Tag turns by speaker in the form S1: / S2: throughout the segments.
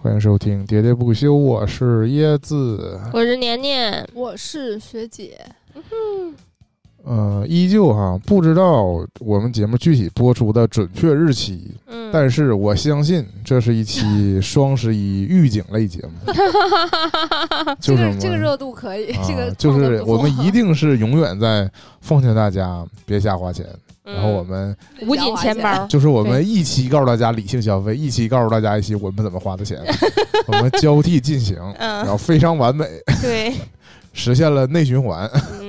S1: 欢迎收听《喋喋不休》，我是椰子，
S2: 我是年年，
S3: 我是学姐，
S1: 呃，依旧哈、不知道我们节目具体播出的准确日期，
S2: 嗯，
S1: 但是我相信这是一 期双十一预警类节目，就
S3: 这
S1: 是
S3: 个
S1: 我们
S3: 这个热度可以，
S1: 啊
S3: 这个
S1: 就是我们一
S3: 定
S1: 定是永远在奉劝大家别瞎花钱，然后我们
S2: 嗯捂紧钱包，
S1: 就是我们一期告诉大家理性消
S3: 嗯
S1: 费，一期告诉大家一期我们怎么花的 钱，我们交替进行，然
S2: 嗯，
S1: 后非常完美，
S2: 对，
S1: 实现了内循环，
S2: 嗯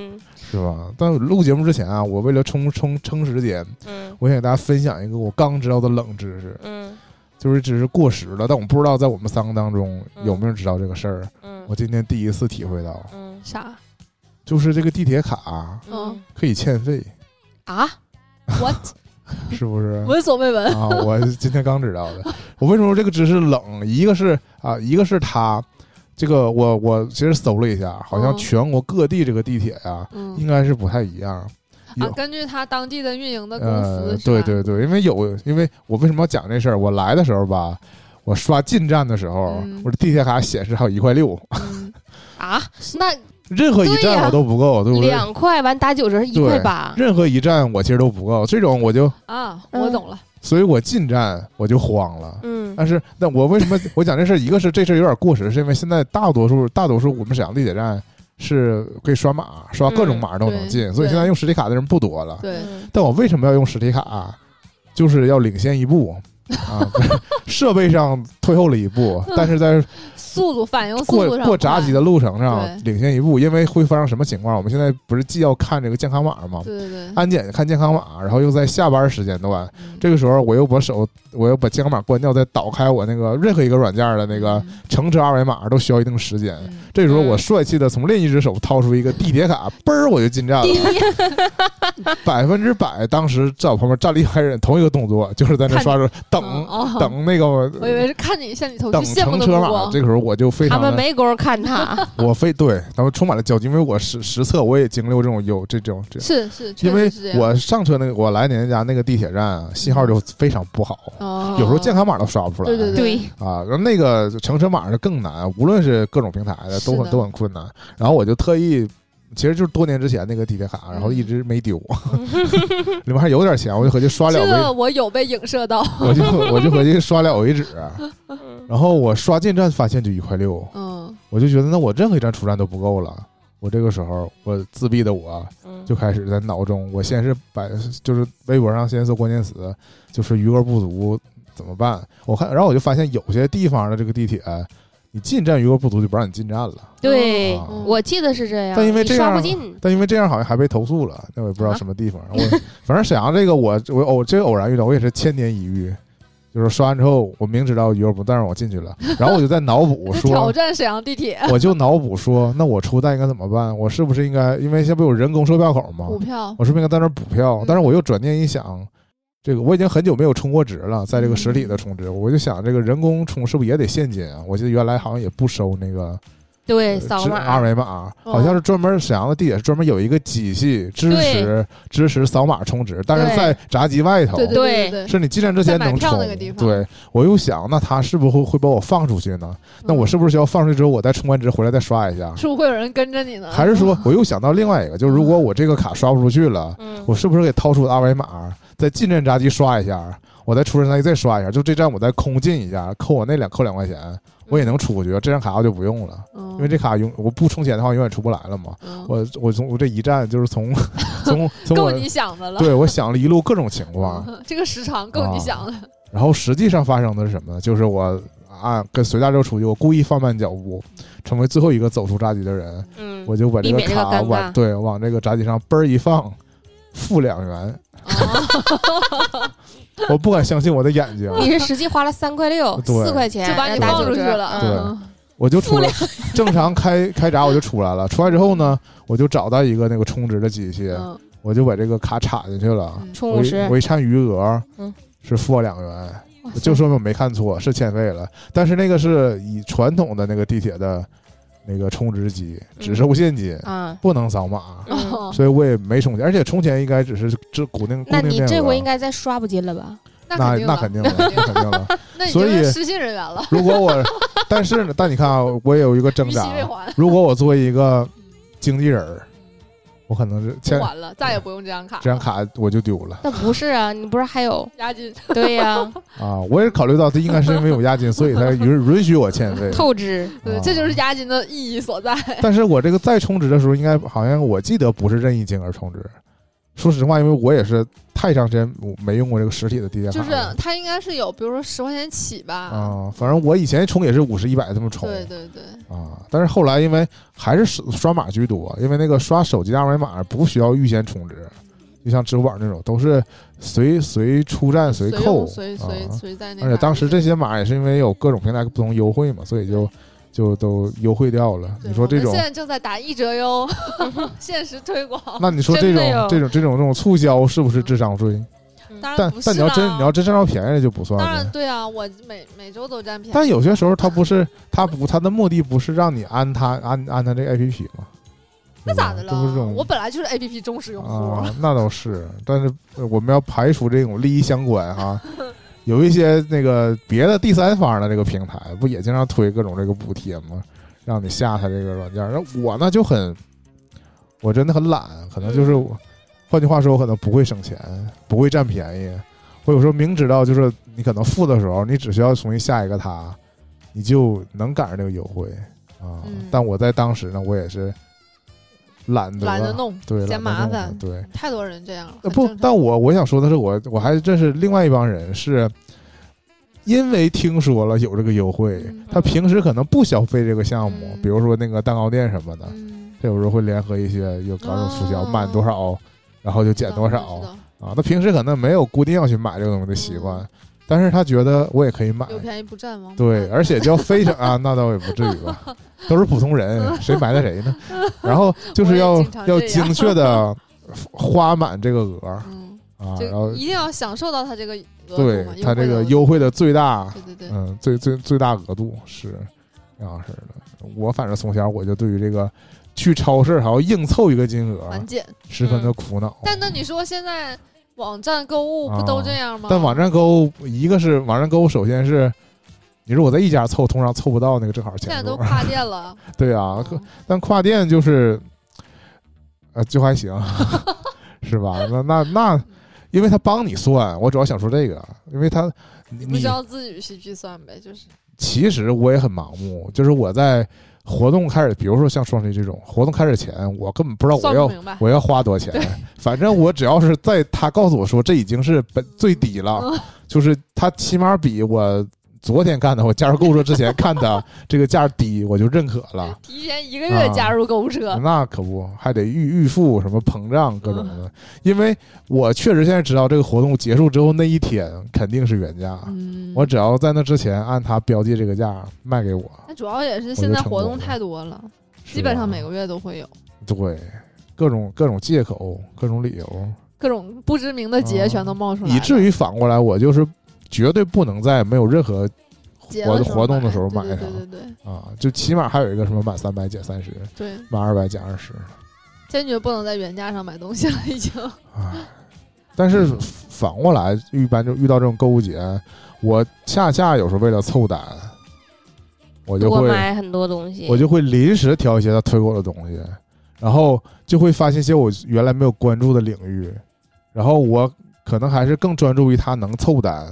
S1: 是吧？但录节目之前啊，我为了充充撑时间，
S2: 嗯
S1: 我想给大家分享一个我刚知道的冷知识，
S2: 嗯
S1: 就是只是过时了，但我不知道在我们三个当中有没有人知道这个事儿。我
S2: 嗯
S1: 今天第一次体会到，
S2: 嗯
S3: 啥
S1: 就是这个地铁卡啊
S2: 嗯
S1: 可以欠费，
S3: 啊？我
S1: 是不是？
S3: 闻所未闻，
S1: 啊，我今天刚知道的。我为什么说这个知识冷？一个是啊，一个是它，这个我我其实搜了一下，好像
S3: 嗯
S1: 全国各地这个地铁呀、应
S3: 嗯
S1: 该是不太一样。有
S3: 啊，根据他当地的运营的公
S1: 呃
S3: 司，，是
S1: 对
S3: 吧，
S1: 对对，因为有，因为我为什么要讲这事儿？我来的时候吧，我刷进站的时候，
S3: 嗯
S1: 我的地铁卡显示还有一块六，
S3: 嗯
S2: 啊，那
S1: 任何一
S2: 对
S1: 站
S2: 呀
S1: 我都不够，对不对？
S2: 两块完打九折是一块八，
S1: 任何一站我其实都不够，这种我就，
S3: 啊，
S2: 嗯
S3: 我懂了，
S1: 所以我进站我就慌了。
S2: 嗯
S1: 但是，那我为什么 我讲这事儿？一个是这事儿有点过时，是因为现在大多数大多数我们沈阳地铁站是可以刷码，刷各种码都能
S3: 嗯
S1: 进，
S3: 对
S1: 所以现在用实体卡的人不多了。
S3: 对，
S2: 嗯
S1: 但我为什么要用实体卡、啊就是要领先一步 啊，不是设备上退后了一步，但是在
S3: 速度反应嗯速
S1: 过
S3: 度上
S1: 过闸机
S3: 的，
S1: 的路程上
S3: 对
S1: 领先一步，因为会发生什么情况？我们现在不是既要看这个健康码吗？
S3: 对对对，
S1: 安检看健康码，然后又在下班时间段，
S3: 嗯
S1: 啊这个时候我又把手，我又把健康码关掉，再导开我那个任何一个软件的那个呃乘车二维码，都需要一定时间。
S3: 嗯
S1: 这时候我帅气的从另一只手掏出一个地铁卡，嘣儿我就进站了。百分之百，当时在我旁边站了一排人，同一个动 作，就是在那刷着等、
S3: 嗯哦
S1: 等那个
S3: 我以为是看你像你头去
S1: 等
S3: 羡慕
S1: 乘
S3: 的
S1: 车
S3: 目
S1: 码。
S3: 光
S1: 这，个时候我就非
S2: 嗯他
S1: 常
S2: 们
S1: 的，
S2: 没工夫看 他，
S1: 我非对他们充满了焦急，因为我实实测我也经历过这种有这种这。
S3: 是是，确
S1: 因为
S3: 实是这样
S1: 我上车那个，我来奶奶家那个地铁站啊信号就非常不好，
S3: 哦
S1: 有时候健康码都刷不出来。
S3: 对对
S2: 对，
S1: 啊，然后那个乘车码是更难，无论是各种平台的都
S3: 是
S1: 很
S3: 的
S1: 都很困难。然后我就特意，其实就是多年之前那个地铁卡，然后
S3: 嗯
S1: 一直没 丢，里面还有点钱，我就合计刷
S3: 这
S1: 了
S3: 个我有被影射到，
S1: 为，我就我就合计刷了为止。
S2: 嗯
S1: 啊然后我刷进站发现就一块六，
S3: 嗯，
S1: 我就觉得那我任何一站出站都不够了。我这个时候，我自闭的我
S2: 嗯
S1: 就开始在脑中，我先是百就是微博上先搜关键词，就是余额不足怎么办？我看，然后我就发现有些地方的这个地铁，你进站余额不足就不让你进站了。
S2: 对
S1: 啊，
S2: 我记得是这样，
S1: 但因为这样
S2: 你刷不进，
S1: 但因为这样好像还被投诉了，那我也不知道
S2: 啊
S1: 什么地方。我反正沈阳这个我我偶这个偶然遇到，我也是千年一遇。就是刷完之后，我明知道余额不足，但是我进去了，然后我就在脑补
S3: 在
S1: 说
S3: 挑战沈阳地铁
S1: 我就脑补说，那我出站应该怎么办？我是不是应该，因为现在不有人工售票口吗？
S3: 股票，
S1: 我是不是应该在那儿补票
S3: 嗯？
S1: 但是我又转念一想，这个我已经很久没有充过值了，在这个
S3: 嗯
S1: 实体的充值，我就想这个人工充是不是也得现金啊？我记得原来好像也不收那个
S2: 对，
S1: 呃
S2: 扫
S1: 支二
S2: 码，
S1: 维码，
S3: 哦
S1: 好像是专门沈阳的地铁是专门有一个机器支持支持扫码充值，但是
S2: 对
S1: 在闸机外头
S3: 对。对对，
S1: 是你进站之前能
S3: 在
S1: 充
S3: 买票那个地，方
S1: 对我又想，那他是不是会会把我放出去呢？那我是不是需要放出去之后，我再充完值回来再刷一下？
S3: 嗯是啊不是会有人跟着你呢？
S1: 还是说，我又想到另外一个，就是如果我这个卡刷不出去了，
S2: 嗯
S1: 我是不是给掏出二维码，在进站闸机刷一下，我在出站闸机再刷一下，就这站我再空进一下，扣我那两扣两块钱，我也能出去，这张卡我就不用了，
S3: 嗯，
S1: 因为这卡永我不充钱的话永远出不来了嘛。
S3: 嗯
S1: 我我从我这一站就是从 从从
S3: 够
S1: 我
S3: 你想的了。
S1: 对我想了一路各种情况，
S3: 嗯这个时长够你想的，
S1: 然后实际上发生的是什么呢？就是我啊跟随大流出去，我故意放慢脚步，成为最后一个走出闸机的人，
S2: 嗯，
S1: 我就把这
S2: 避免这个
S1: 卡
S2: 尴尬
S1: 往对往这个闸机上嘣儿一放，负两元。
S3: 啊
S2: 哦
S1: 我不敢相信我的眼睛，
S2: 你是实际花了三块六，
S1: 对
S2: 四块钱，
S3: 就把你
S2: 然后打
S3: 放
S2: 九
S3: 出去
S2: 折
S3: 了。
S1: 对
S2: 嗯
S3: 嗯
S1: 我就出来，正常开开闸我就出来了。出来之后呢，我就找到一个那个充值的机器，
S3: 嗯
S1: 我就把这个卡插进去了。
S3: 嗯
S2: 充
S1: 我
S2: 五
S1: 一
S2: 十，
S1: 我一看余额，
S2: 嗯
S1: 是负我两元，就说明我没看错，是欠费了。但是那个是以传统的那个地铁的那个充值机，
S2: 嗯
S1: 只收现金，
S2: 啊，
S1: 不能扫码，
S2: 嗯
S3: 哦
S1: 所以我也没充钱，而且充钱应该只是这固定固
S2: 那
S1: 定
S2: 你
S1: 面
S2: 这
S1: 额
S2: 回应该再刷不进了吧？
S3: 那
S1: 那
S3: 肯定
S1: 那
S3: 了
S1: 肯定了，那肯定了。
S3: 那已
S1: 所
S3: 经
S1: 以
S3: 是失信人员了，
S1: 如果我，但是呢，但你看啊，我也有一个挣
S3: 逾期
S1: 扎。啊
S3: 未还，
S1: 如果我作为一个经纪人儿，我可能是
S3: 不
S1: 欠
S3: 还了，再也不用这张卡了，
S1: 这张卡我就丢了
S2: 但不是啊，你不是还有？
S3: 押金
S2: 对呀、
S1: 啊！我也考虑到，这应该是因为有押金，所以他允允许我欠费。
S2: 透支。
S3: 对，
S1: 啊
S3: 这就是押金的意义所在。
S1: 但是我这个再充值的时候，应该好像我记得不是任意金额充值。说实话，因为我也是太长时间没用过这个实体的地铁卡
S3: 就是
S1: 了
S3: 它应该是有，比如说十块钱起吧。
S1: 啊，反正我以前充也是五十、一百这么充
S3: 对对对，
S1: 啊。但是后来因为还是刷刷码居多，因为那个刷手机二维码不需要预先充值，就像支付宝那种都是随随出站随
S3: 用
S1: 扣
S3: 随
S1: 啊。
S3: 随随在那。
S1: 而且当时这些码也是因为有各种平台不同优惠嘛，所以就就都优惠掉了。
S3: 对，
S1: 你说这
S3: 我
S1: 种
S3: 们现在正在打一 折哟，限时推广。
S1: 那你说这
S2: 真的
S1: 种
S2: 有
S1: 这种这种这种促销是不是智商税？
S3: 当然
S1: 但
S3: 不是
S1: 但你要真
S3: 啦
S1: 你要真占到便宜了就不算
S3: 当然
S1: 了。
S3: 对啊，我每每周都占便宜。
S1: 但有些时候他不是他不他的目的不是让你安他安安他这个 A P P 吗？
S3: 那
S1: 对吧
S3: 咋的
S1: 这不是这
S3: 了？
S1: 种
S3: 我本来就是 A P P 忠实用户，
S1: 啊，那倒是，但是呃我们要排除这种利益相关哈。 有一些那个别的第三方的这个平台，不也经常推各种这个补贴吗？让你下它这个软件儿。那我呢就很，我真的很懒，可能
S3: 嗯
S1: 就是我，换句话说，我可能不会省钱，不会占便宜。我有时候明知道就是你可能付的时候，你只需要重新下一个它，你就能赶上这个优惠啊。
S3: 嗯
S1: 但我在当时呢，我也是懒得
S3: 懒得弄，
S1: 对，
S3: 嫌
S1: 懒得
S3: 麻
S1: 弄
S3: 烦
S1: 了对。
S3: 太多人这样了。
S1: 呃
S3: 很
S1: 不
S3: 正，常
S1: 但我我想说的是我，我还认识另外一帮人，是因为听说了有这个优惠，
S3: 嗯
S1: 他平时可能不消费这个项目，
S3: 嗯
S1: 比如说那个蛋糕店什么的，
S3: 嗯，
S1: 他有时候会联合一些有搞这种促销，
S3: 哦
S1: 满多少，然后就减多少
S3: 知道
S1: 啊。他平时可能没有固定要去买这个东西的习惯，
S3: 嗯
S1: 但是他觉得我也可以买
S3: 知道，有便宜不占吗？
S1: 哎对，而且叫非常啊，那倒也不至于吧，都是普通人，谁埋汰 谁呢？然后就是
S3: 我
S1: 要
S3: 也经常
S1: 要
S3: 这样
S1: 精确的花满这个额儿
S3: 嗯，
S1: 啊，然后
S3: 就一定要享受到它这个额
S1: 对
S3: 度嘛，
S1: 它这个
S3: 优
S1: 优惠的最大
S3: 惠，的，对对对，
S1: 嗯，最最最大额度是这样式的。我反正从小我就对于这个去超市还要硬凑一个金额
S3: 满减。
S1: 十分的苦恼。
S3: 嗯但那你说现在网站购物不都这样
S1: 啊
S3: 吗？
S1: 但网站购物，一个是网站购物，首先是你如果在一家凑，通常凑不到那个正好
S3: 现在
S1: 钱
S3: 都
S1: 数。
S3: 跨店了，
S1: 对 啊，
S3: 嗯
S1: 但跨店就是，呃，就还 行，是吧？那那那，因为他帮你算，我主要想说这个，因为他你
S3: 不
S1: 你
S3: 知道自己去计算呗，就是
S1: 其实我也很盲目，就是我在活动开始，比如说像双十一这种活动开始前，我根本不知道
S3: 算
S1: 我
S3: 不
S1: 要
S3: 明白。
S1: 我要花多少钱，反正我只要是在他告诉我说这已经是本最低了，
S3: 嗯
S1: 就是他起码比我。昨天看的，我加入购物车之前 看的这个价低，我就认可了。
S3: 提前一个
S1: 啊
S3: 月加入购物 车，
S1: 那可不，还得预预付什么膨胀各种
S3: 嗯
S1: 的，因为我确实现在知道这个活动结束之后那一天肯定是原价，
S3: 嗯，
S1: 我只要在那之前按他标记这个价卖给我，
S3: 那主要也是
S1: 就
S3: 现在
S1: 成
S3: 活
S1: 功
S3: 动
S1: 了
S3: 太多了，
S1: 是
S3: 基本
S1: 吧
S3: 上每个月都会有
S1: 对各种各种借口、各种理由，
S3: 各种不知名的节
S1: 啊
S3: 全都冒出来了，
S1: 以至于反过来，我就是绝对不能在没有任何
S3: 节
S1: 活
S3: 的
S1: 活动的时候
S3: 买
S1: 买
S3: 对
S1: 它
S3: 对对对
S1: 啊，就起码还有一个什么满三百减三十，
S3: 对，对
S1: 满二百减二十
S3: 坚决不能在原价上买东西了，已经。
S1: 啊。但是反过来，一般就遇到这种购物节，我恰恰有时候为了凑单，我就
S2: 多
S1: 会
S2: 买很多东西，
S1: 我就会临时挑一些他推给我的东西，然后就会发现一些我原来没有关注的领域，然后我可能还是更专注于他能凑单，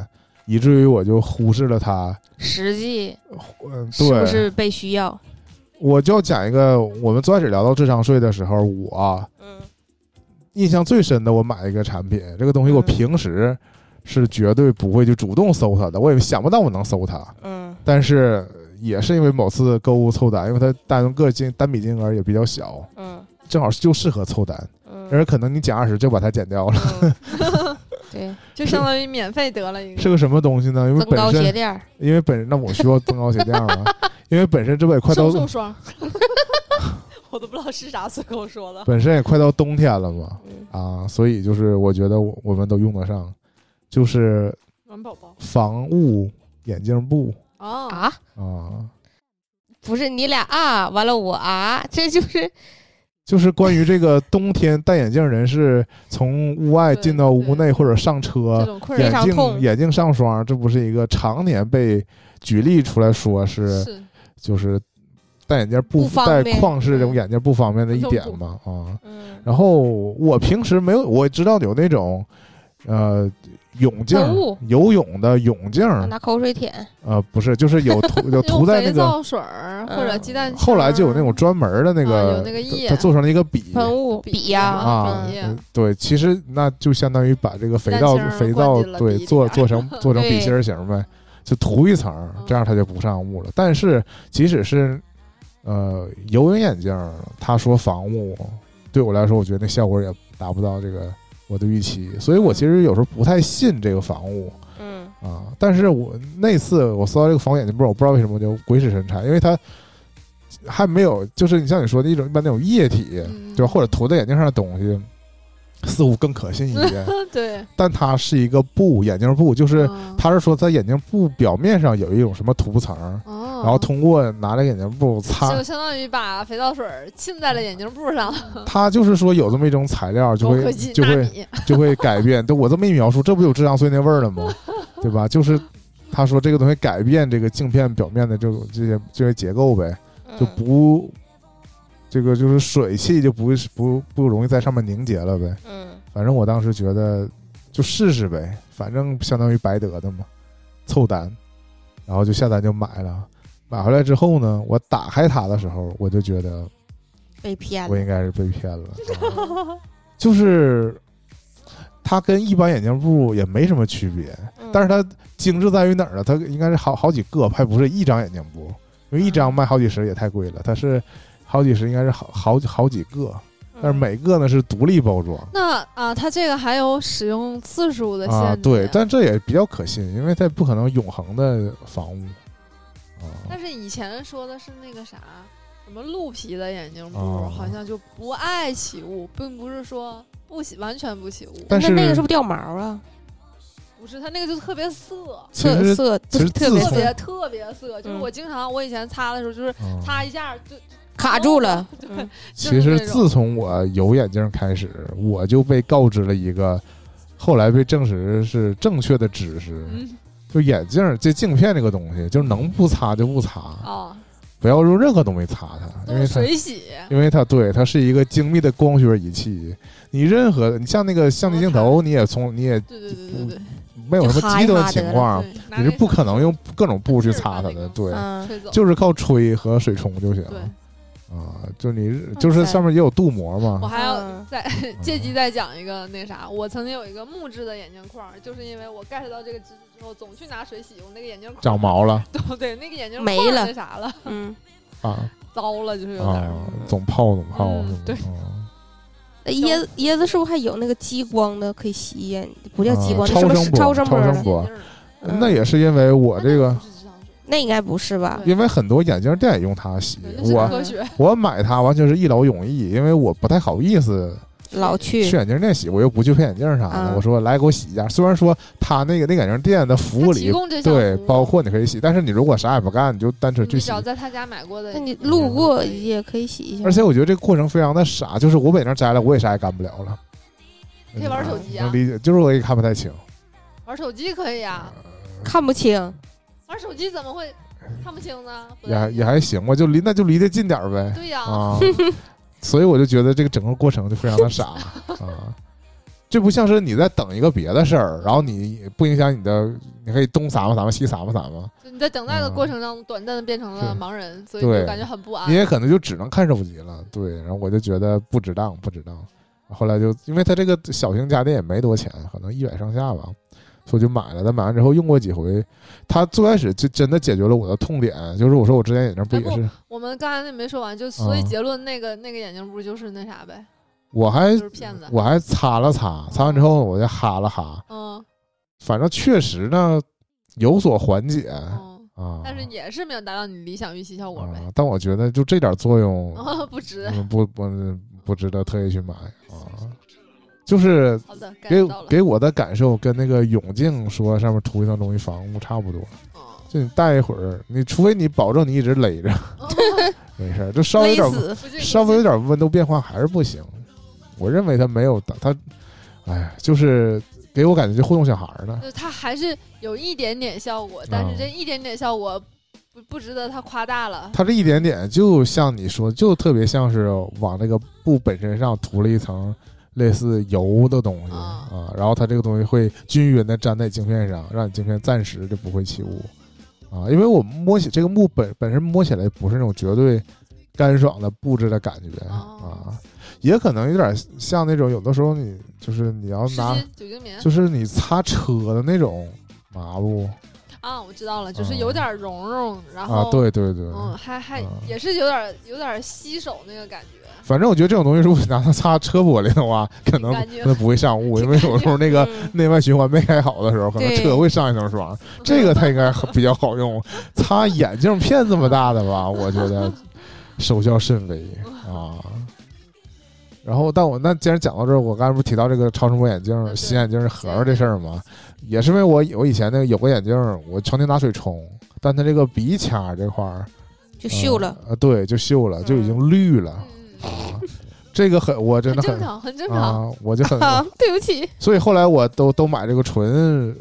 S1: 以至于我就忽视了他。
S2: 实际
S1: 嗯，
S2: 是不
S1: 对，
S2: 是被需要？
S1: 我就要讲一个，我们最开始聊到智商税的时候，我
S2: 嗯，
S1: 印象最深的，我买一个产品，这个东西我
S2: 嗯
S1: 平时是绝对不会去主动搜它的，我也想不到我能搜它。
S2: 嗯，
S1: 但是也是因为某次购物凑单，因为它单个金单笔金额也比较小，
S2: 嗯，
S1: 正好就适合凑单，
S2: 嗯，
S1: 而可能你减二十就把它减掉了。
S2: 嗯 对，
S3: 就相当于免费得了一个。
S1: 是个什么东西呢？因为
S2: 增高
S1: 本
S2: 鞋
S1: 身
S2: 垫儿，
S1: 因为本那我需要增高鞋垫吗？因为本身这不也快到
S3: 瘦 瘦霜，我都不知道是啥，随口说的。
S1: 本身也快到冬天了嘛，
S2: 嗯
S1: 啊，所以就是我觉得我我们都用得上，就是
S3: 暖宝宝
S1: 防雾眼镜布
S3: 啊，
S2: 啊，
S1: 啊，
S2: 不是你俩啊，完了我啊，这就是
S1: 就是关于这个冬天戴眼镜人是从屋外进到屋内或者上
S3: 这
S1: 车，
S3: 种困
S1: 眼
S2: 非
S3: 扰
S2: 常
S1: 镜
S2: 痛
S1: 眼镜上霜，这不是一个常年被举例出来说是
S3: 是
S1: 就是戴眼镜不
S2: 不方
S1: 戴
S2: 便
S1: 矿式这种眼镜不方便的一点
S3: 不
S1: 嘛啊。
S3: 嗯，
S1: 然后我平时没有，我知道有那种呃泳镜
S2: 喷雾
S1: 游泳的泳镜，
S2: 拿口水舔，
S1: 呃不是，就是有涂有涂
S3: 用
S1: 在那
S3: 肥
S1: 个。
S3: 皂水儿或
S1: 嗯
S3: 者鸡蛋清儿，
S1: 后来就有那种专门的那
S3: 啊
S1: 个
S3: 有那个液
S1: 它做成了一个笔
S2: 喷雾
S3: 笔
S2: 笔呀、
S1: 啊
S3: 笔，
S1: 嗯对，其实那就相当于把这个肥
S3: 蛋
S1: 皂
S3: 清儿
S1: 肥
S3: 灌
S1: 皂
S3: 进了
S1: 对
S3: 笔里
S1: 做
S3: 边儿嗯
S1: 做 成做成笔
S2: 对
S1: 芯儿型呗，就涂一层儿，这样它就不上雾了。但是即使是呃游泳眼镜儿，它说防雾，对我来说，我觉得那效果也达不到这个我的预期，所以我其实有时候不太信这个防雾。
S2: 嗯，
S1: 啊，但是我那次我搜到这个防眼镜布，我不知道为什么我就鬼使神差，因为它还没有，就是你像你说的一种一般那种液体，
S3: 嗯
S1: 就或者涂在眼镜上的东西，似乎更可信一些。
S3: 对，
S1: 但它是一个布，眼镜布，就是
S3: 嗯
S1: 它是说在眼镜布表面上有一种什么涂层，
S3: 哦，
S1: 然后通过拿着眼镜布擦
S3: 就，相当于把肥皂水儿浸在了眼镜布上，
S1: 它就是说有这么一种材料就
S3: 高
S1: 会
S3: 科技
S1: 就
S3: 纳
S1: 会
S3: 米，
S1: 就会改变。对我这么一描述，这不有智商税那味儿了吗？对吧？就是他说这个东西改变这个镜片表面的这种这些这些结构呗，就
S2: 嗯
S1: 不这个就是水汽就不不不容易在上面凝结了呗。
S2: 嗯
S1: 反正我当时觉得就试试呗，反正相当于白得的嘛，凑单，然后就下单就买了。买回来之后呢，我打开它的时候，我就觉得
S2: 被骗
S1: 我
S2: 了，
S1: 应该是被骗了。啊就是它跟一般眼镜布也没什么区别，
S2: 嗯
S1: 但是它精致在于哪儿呢？它应该是好好几个，还不是一张眼镜布，因为一张卖好几十也太贵了。它是好几十，应该是好好好几个，
S2: 嗯
S1: 但是每个呢是独立包装
S3: 那啊，它这个还有使用次数的限制
S1: 啊，对，但这也比较可信，因为它不可能永恒的防雾啊。
S3: 但是以前说的是那个啥，什么鹿皮的眼镜布，
S1: 哦
S3: 好像就不爱起雾，并不是说不起完全不起雾，
S1: 但是
S2: 那那个是不是掉毛啊？
S3: 不是它那个就特别涩，
S1: 其
S2: 色
S1: 实
S2: 色
S1: 其实
S2: 特
S1: 自
S2: 别
S3: 特
S1: 从
S2: 色
S3: 别特别涩。就是
S2: 嗯
S3: 我经常我以前擦的时候，就是
S1: 嗯
S3: 擦一下就
S2: 卡住了，嗯
S1: 其
S3: 就是
S1: 实
S3: 那种
S1: 自从我有眼镜开始，我就被告知了一个后来被证实是正确的知识，
S3: 嗯
S1: 就眼镜儿这镜片这个东西，就能不擦就不擦，
S3: 哦，
S1: 不要用任何东西擦它，
S3: 都
S1: 因为
S3: 是
S1: 它
S3: 水洗，
S1: 因为它对它是一个精密的光学仪器，你任何你像那个相机镜
S3: 哦
S1: 头，你也从你也
S3: 对对对对对
S1: 没有什
S2: 就
S1: 么
S2: 哈
S1: 激
S2: 一
S1: 动
S2: 哈
S1: 的
S2: 得
S1: 情
S2: 了
S1: 况，
S3: 对，拿
S1: 你
S3: 那
S1: 啊是
S3: 个
S1: 不可能用各种布去
S3: 是
S1: 擦它
S3: 把那
S1: 的，
S3: 个
S1: 对，
S2: 嗯，
S3: 吹走，
S1: 就是靠吹和水冲就行
S3: 对。
S1: 啊，就你
S3: 嗯
S2: 哇
S1: 就是
S2: 塞
S1: 上面也有镀膜嘛，
S3: 我还要
S2: 嗯
S3: 再借机再讲一个那啥，我曾经有一个木质的眼镜框儿，就是因为我 get 到这个知识之后，总去拿水洗，我那个眼镜
S1: 长
S3: 框
S1: 毛了
S3: 儿 对那个眼镜
S2: 没
S3: 框儿
S2: 了
S3: 那啥了，
S2: 嗯，
S1: 啊
S3: 糟了，就是有点儿
S1: 啊，总泡总泡
S3: 嗯
S1: 是吗？
S3: 对
S1: 嗯
S2: 那椰子椰子是不是还有那个激光的可以吸烟？不叫激
S1: 啊
S2: 光，那
S1: 超
S2: 是不
S1: 声
S2: 是
S1: 波
S2: 超声
S1: 超
S2: 波
S1: 声嗯？不
S2: 的
S3: 眼镜儿啊
S2: 嗯
S1: 那也是因为我这个
S3: 那，不是智商税
S2: 那应该不是吧？
S3: 对
S1: 因为很多眼镜店也用它洗
S3: 对，那是
S1: 我
S3: 科学，
S1: 我买它完全是一劳永逸，因为我不太好意思
S2: 老
S1: 去
S2: 去
S1: 眼镜店洗，我又不去配眼镜啥的。
S2: 嗯
S1: 我说来给我洗一下，虽然说他那个那个眼镜店的服务
S3: 他提
S1: 里
S3: 供这项
S1: 对
S3: 服务
S1: 包括你可以洗，但是你如果啥也不干，你就单纯去
S3: 你
S1: 洗
S3: 只。要在他家买过的，
S2: 那你路过也可以洗一下，
S3: 嗯
S1: 而且我觉得这个过程非常的傻，就是我把眼镜摘了，我也啥也干不了了。
S3: 可以玩手机啊
S1: 能理解，就是我也看不太清。
S3: 玩手机可以啊，
S1: 嗯
S2: 看不清。
S3: 玩手机怎么会看不清呢？不
S1: 也还
S3: 对
S1: 也还行吧，就离那就离得近点儿呗
S3: 对呀，
S1: 啊，所以我就觉得这个整个过程就非常的傻啊，这不像是你在等一个别的事儿，然后你不影响你的，你可以东撒嘛撒嘛西撒嘛撒嘛，
S3: 就你在等待的过程中，短暂的变成了
S1: 是
S3: 盲人，所以你
S1: 对
S3: 就感觉很不安
S1: 你。也可能就只能看手机
S3: 嗯
S1: 了，对，然后我就觉得不值当不值当，后来就因为它这个小型家电也没多钱，可能一百上下吧。所以就买了，但买完之后用过几回，它最开始就真的解决了我的痛点，就是我说我之前眼镜不
S3: 哎
S1: 也
S3: 不
S1: 是，
S3: 我们刚才那没说完，就所
S1: 啊
S3: 以结论那个那个眼镜布就是那啥呗，
S1: 我还
S3: 就是骗子。
S1: 嗯我还擦了擦，擦完之后我就哈了哈，
S3: 嗯
S1: 反正确实呢有所缓解啊。
S3: 嗯，但是也是没有达到你理想预期效果呗，
S1: 啊，但我觉得就这点作用，
S3: 啊， 不值。
S1: 嗯不不不值得特意去买 啊。就是
S3: 好的，感
S1: 给
S3: 觉到了。
S1: 给我的感受跟那个泳镜说上面涂一层东西防雾差不多，
S3: 嗯
S1: 就你戴一会儿，你除非你保证你一直勒着，没事儿，就稍微
S2: 勒
S1: 有点
S2: 死，
S3: 嗯 不进
S1: 稍微有点温度变化还是不行。我认为他没有他，哎，就是给我感觉就糊弄小孩儿呢。
S3: 就是它还是有一点点效果，但是
S1: 嗯
S3: 这一点点效果不不值得它夸大了。
S1: 它这一点点，就像你说，就特别像是往那个布本身上涂了一层类似油的东西
S3: 啊
S1: 啊，然后它这个东西会均匀的粘在镜片上，让你镜片暂时就不会起雾啊。因为我摸起这个木本本身摸起来不是那种绝对干爽的布质的感觉
S3: 哦
S1: 啊，也可能有点像那种有的时候你就是你要
S3: 湿
S1: 拿
S3: 巾、酒精棉
S1: 就是你擦车的那种麻布
S3: 啊，我知道了，就是有点绒绒，然
S1: 嗯啊，
S3: 后
S1: 对对对，
S3: 嗯，还还
S1: 啊
S3: 也是有点有点吸手那个感觉，
S1: 反正我觉得这种东西，如果拿它擦车玻璃的 话，可能
S3: 挺干净
S1: 它不会上雾，
S3: 挺
S1: 因为有时候那个
S2: 嗯
S1: 内外循环没开好的时候，可能
S2: 对
S1: 车会上一层 霜。这个它应该比较好用，擦眼镜片这么大的吧，我觉 得收效甚微啊。然后，但我那既然讲到这儿，我刚才不是提到这个超声波眼镜、
S3: 对
S1: 洗眼镜盒儿这事儿吗？也是因为我我以前那个有个眼镜，我常年拿水冲，但它这个鼻腔儿这块儿
S2: 就锈了。，
S1: 呃，对，就锈了，就已经绿了。
S3: 嗯，
S1: 啊，这个很，我真的
S3: 很正
S1: 很
S3: 常，很正常。
S1: 啊，我就 很，
S2: 啊，对不起，
S1: 所以后来我都都买这个纯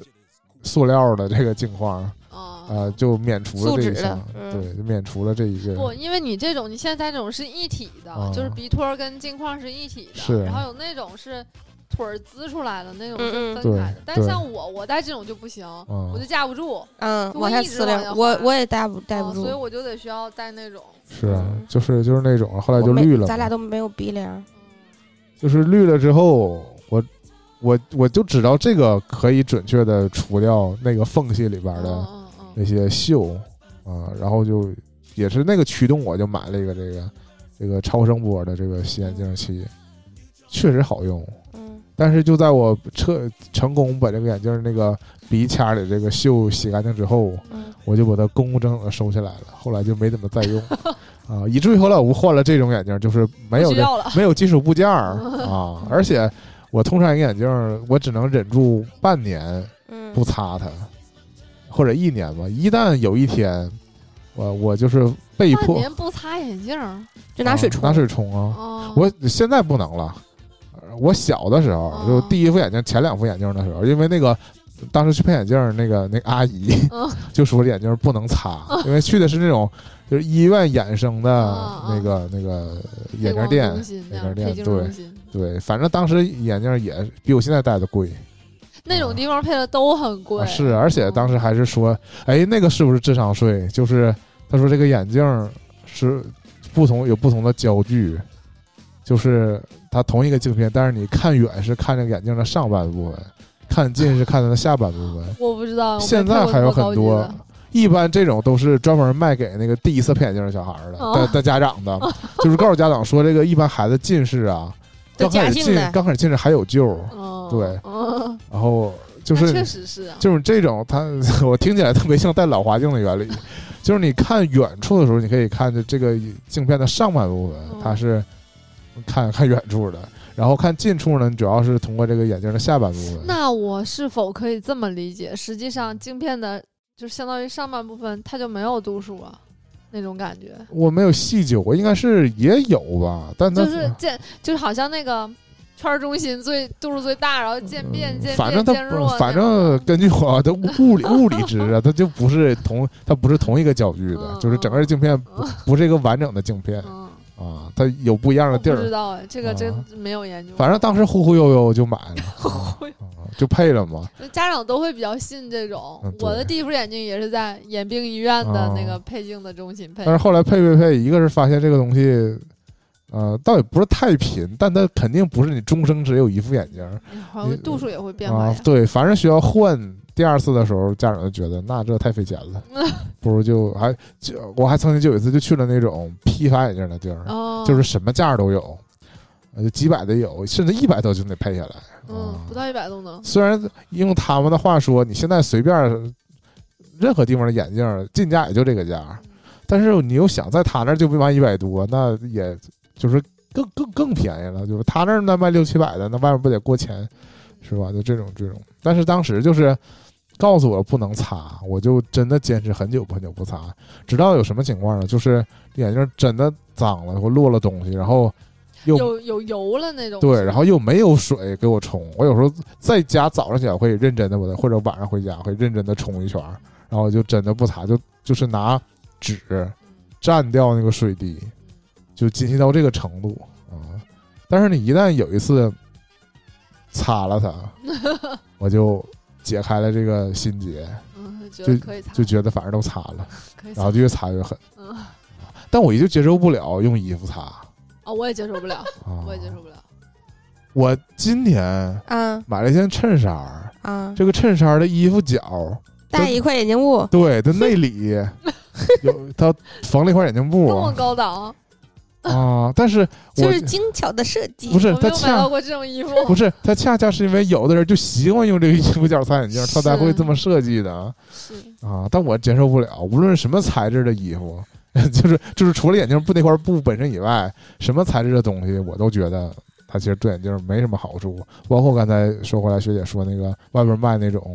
S1: 塑料的这个镜框啊、
S3: 啊，
S1: 呃就免除了
S2: 哦素
S1: 这一
S2: 质
S1: 项
S2: 的，嗯
S1: 对，就免除了这一个
S3: 不，因为你这种，你现在这种是一体的，
S1: 啊
S3: 就是鼻托跟镜框是一体的，
S1: 是
S3: 然后有那种是腿儿滋出来的那种
S2: 嗯
S3: 是
S2: 嗯
S3: 分开的
S1: 对，
S3: 但是
S1: 对
S3: 像我，我戴这种就不行，
S1: 啊
S3: 我就，架不住，
S2: 嗯，
S3: 就
S2: 往下
S3: 一直
S2: 撕
S3: 往下
S2: 了，我
S3: 滑
S2: 我也待不待不
S3: 啊所以
S2: 住，
S3: 我就得需要戴那种，
S1: 是啊
S2: 嗯，
S1: 就是就是那种，后来就
S2: 我没
S1: 绿了
S2: 咱俩
S1: 嘛，
S2: 都没有鼻梁，
S3: 嗯
S1: 就是绿了之后，我我我就知道这个可以准确的除掉那个缝隙里边
S3: 嗯
S2: 哦
S1: 的
S3: 嗯嗯
S1: 那些锈啊，然后就也是那个驱动，我就买了一个这个这个超声波的这个洗眼镜器，确实好用。
S2: 嗯，
S1: 但是就在我彻成功把这个眼镜那个鼻腔里这个锈洗干净之后，
S2: 嗯
S1: 我就把它工工整整的收起来了，后来就没怎么再用啊，以至于后来我换了这种眼镜，就是没有
S3: 不需
S1: 这
S3: 要了，
S1: 没有金属部件儿啊，而且我通常一个眼镜我只能忍住半年
S2: 嗯，
S1: 不擦它，或者一年吧。一旦有一天，我我就是被
S3: 半
S1: 迫
S3: 年不擦眼镜儿，
S2: 就拿水
S1: 啊
S2: 冲，
S1: 拿水冲啊。
S3: 哦，
S1: 我现在不能了。呃我小的时候，
S3: 哦
S1: 就第一副眼镜、前两副眼镜的时候，因为那个当时去配眼镜儿那个那个阿姨、
S3: 嗯
S1: 就说眼镜儿不能擦，因为去的是那种就是医院衍生的
S3: 哦哦
S1: 那个、那个眼镜儿
S3: 黑光
S1: 店
S3: 中。心那
S1: 眼镜
S3: 样配
S1: 店
S3: 镜
S1: 对
S3: 中心
S1: 对，反正当时眼镜儿也比我现在戴的贵。
S3: 那种地方配的都很贵，
S1: 嗯啊，是，而且当时还是说，哎，那个是不是智商税？就是他说这个眼镜儿是不同有不同的焦距，就是它同一个镜片，但是你看远是看这个眼镜的上半部分，看近是看它的下半部分。
S3: 我不知嗯道，我没
S1: 现在还有很
S3: 看过
S1: 多
S3: 这么高级的，
S1: 一般这种都是专门卖给那个第一次配眼镜的小孩儿的，
S3: 哦
S1: 的的家长的，就是告诉家长说，这个一般孩子近视 啊，
S2: 都
S1: 刚开
S2: 假
S1: 始
S2: 性
S1: 近
S2: 的
S1: 刚开始近视还有救儿，
S3: 嗯，
S1: 对
S3: 嗯，
S1: 然后就是
S3: 那确实是啊，
S1: 就是这种，它 我听起来特别像戴老花镜的原理，就是你看远处的时候，你可以看着这个镜片的上半部分
S3: 嗯，
S1: 它是看 看远处的，然后看近处呢，你主要是通过这个眼镜的下半部分。
S3: 那我是否可以这么理解？实际上，镜片的就相当于上半部分，它就没有度数啊，那种感觉，
S1: 我没有细究，我应该是也有吧，但它
S3: 就是渐，就是好像那个圈儿中心最度数最大，然后渐变渐
S1: 嗯反正
S3: 变
S1: 它
S3: 渐
S1: 不
S3: 弱，，
S1: 反正根据我的物理物理知识啊，它就不是同它不是同一个角距的
S3: 嗯，
S1: 就是整个镜片不不是一个完整的镜片
S3: 嗯，
S1: 啊，它有不一样的
S3: 我
S1: 地
S3: 不
S1: 儿
S3: 知。道哎，这个真
S1: 啊
S3: 没有研究，
S1: 反正当时忽忽悠悠就买了， 啊就配了嘛。
S3: 家长都会比较信这种
S1: 嗯。对
S3: 我的第一副眼镜也是在眼病医院的那个
S1: 哦
S3: 配镜的中心配
S1: 但，是后来配配配，一个是发现这个东西，呃，倒也不是太贫，但它肯定不是你终生只有一副眼镜儿
S3: 哎好像度数也会变化
S1: 啊
S3: 呀。。
S1: 对，凡是需要换第二次的时候，家长就觉得那这太费钱 了，不如就还就我还曾经就有一次就去了那种批发眼镜的地儿，
S3: 哦，
S1: 就是什么价儿都有，呃，就几百的有，甚至一百多就得配下来。
S3: 嗯
S1: 啊，
S3: 不到一百都能。
S1: 虽然用他们的话说，你现在随便儿任何地方的眼镜儿进价也就这个价儿，但是你又想在他那儿就卖一百多，那也就是更更更便宜了，就是他那儿那卖六七百的，那外面不得过千，是吧？就这种这种。但是当时就是告诉我不能擦，我就真的坚持很久很久不擦，直到有什么情况呢？就是眼镜真的脏了或落了东西，然后又
S3: 有有油了那种。
S1: 对，然后又没有水给我冲。我有时候在家早上起来会认真的把它，或者晚上回家会认真的冲一圈儿，然后我就真的不擦，就就是拿纸
S3: 嗯
S1: 蘸掉那个水滴，就精细到这个程度啊、但是你一旦有一次擦了它，我就解开了这个心结，
S3: 嗯，觉
S1: 就
S3: 得可以擦，
S1: 就觉得反正都擦了，
S3: 可以擦
S1: 然后。就越擦越狠。
S3: 嗯，啊、
S1: 但我就接受不了用衣服擦啊，
S3: 哦我也接受不了，
S1: 哦
S3: 我也接受不了。
S1: 我今天
S2: 啊
S1: 买了一件衬衫儿。
S2: 啊，
S1: 这个衬衫的衣服角，
S2: 戴一块眼镜布，
S1: 对，它内 里有它缝了一块眼镜布
S3: 这么哦高档，
S1: 啊，但是我
S2: 就是精巧的设计。
S1: 不是
S3: 我没
S1: 它
S3: 有买到
S1: 恰
S3: 过这 种衣服。
S1: 不是它恰恰是因为有的人就习惯用这个衣服角擦眼镜，他才会这么设计的
S3: 是，
S1: 啊。但我接受不了，无论什么材质的衣服， 就是就是除了眼镜布那块布本身以外，什么材质的东西我都觉得。它其实对眼镜没什么好处，包括刚才说回来，学姐说那个外边卖那种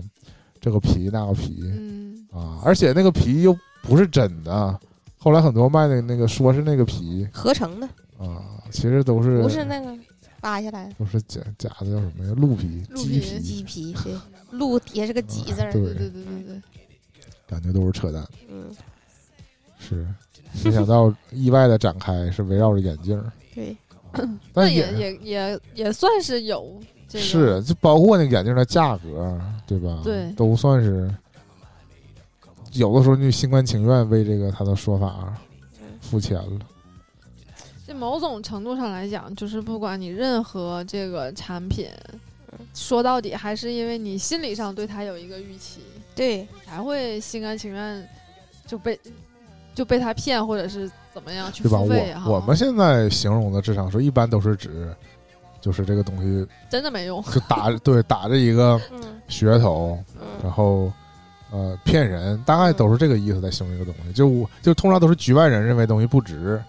S1: 这个皮那个皮，
S3: 嗯，
S1: 啊，而且那个皮又不是真的。啊后来很多卖的那个说是那个皮
S2: 合成的，
S1: 啊，其实都是
S2: 不是那个扒下来的
S1: 都是假假的叫什么呀？鹿皮、
S3: 鹿
S1: 鸡
S3: 皮
S2: 鸡
S1: 皮，
S2: 皮，对，鹿底下是个几字儿，
S3: 对
S1: 对
S3: 对，对对对，
S1: 感觉都是扯淡。
S2: 嗯，
S1: 是，没想到意外的展开是围绕着眼镜儿，
S2: 对，
S3: 那
S1: 但
S3: 也也也也算是有这个
S1: 是就包括那个眼镜的价格，啊对吧？
S3: 对
S1: 都算是有的时候你心甘情愿为这个他的说法啊付钱了。
S3: 这某种程度上来讲，就是不管你任何这个产品，说到底还是因为你心理上对它有一个预期，
S2: 对，
S3: 你才会心甘情愿就被就被他骗，或者是怎么样去
S1: 对吧？
S3: 付费哈。
S1: 我我们现在形容的智商税，一般都是指，就是这个东西
S3: 真的没用，
S1: 就打对打着一个
S2: 嗯
S1: 噱头，然
S2: 嗯，
S1: 后呃骗人，大概都是这个意思在形容这个东西。就我就通常都是局外人认为东西不值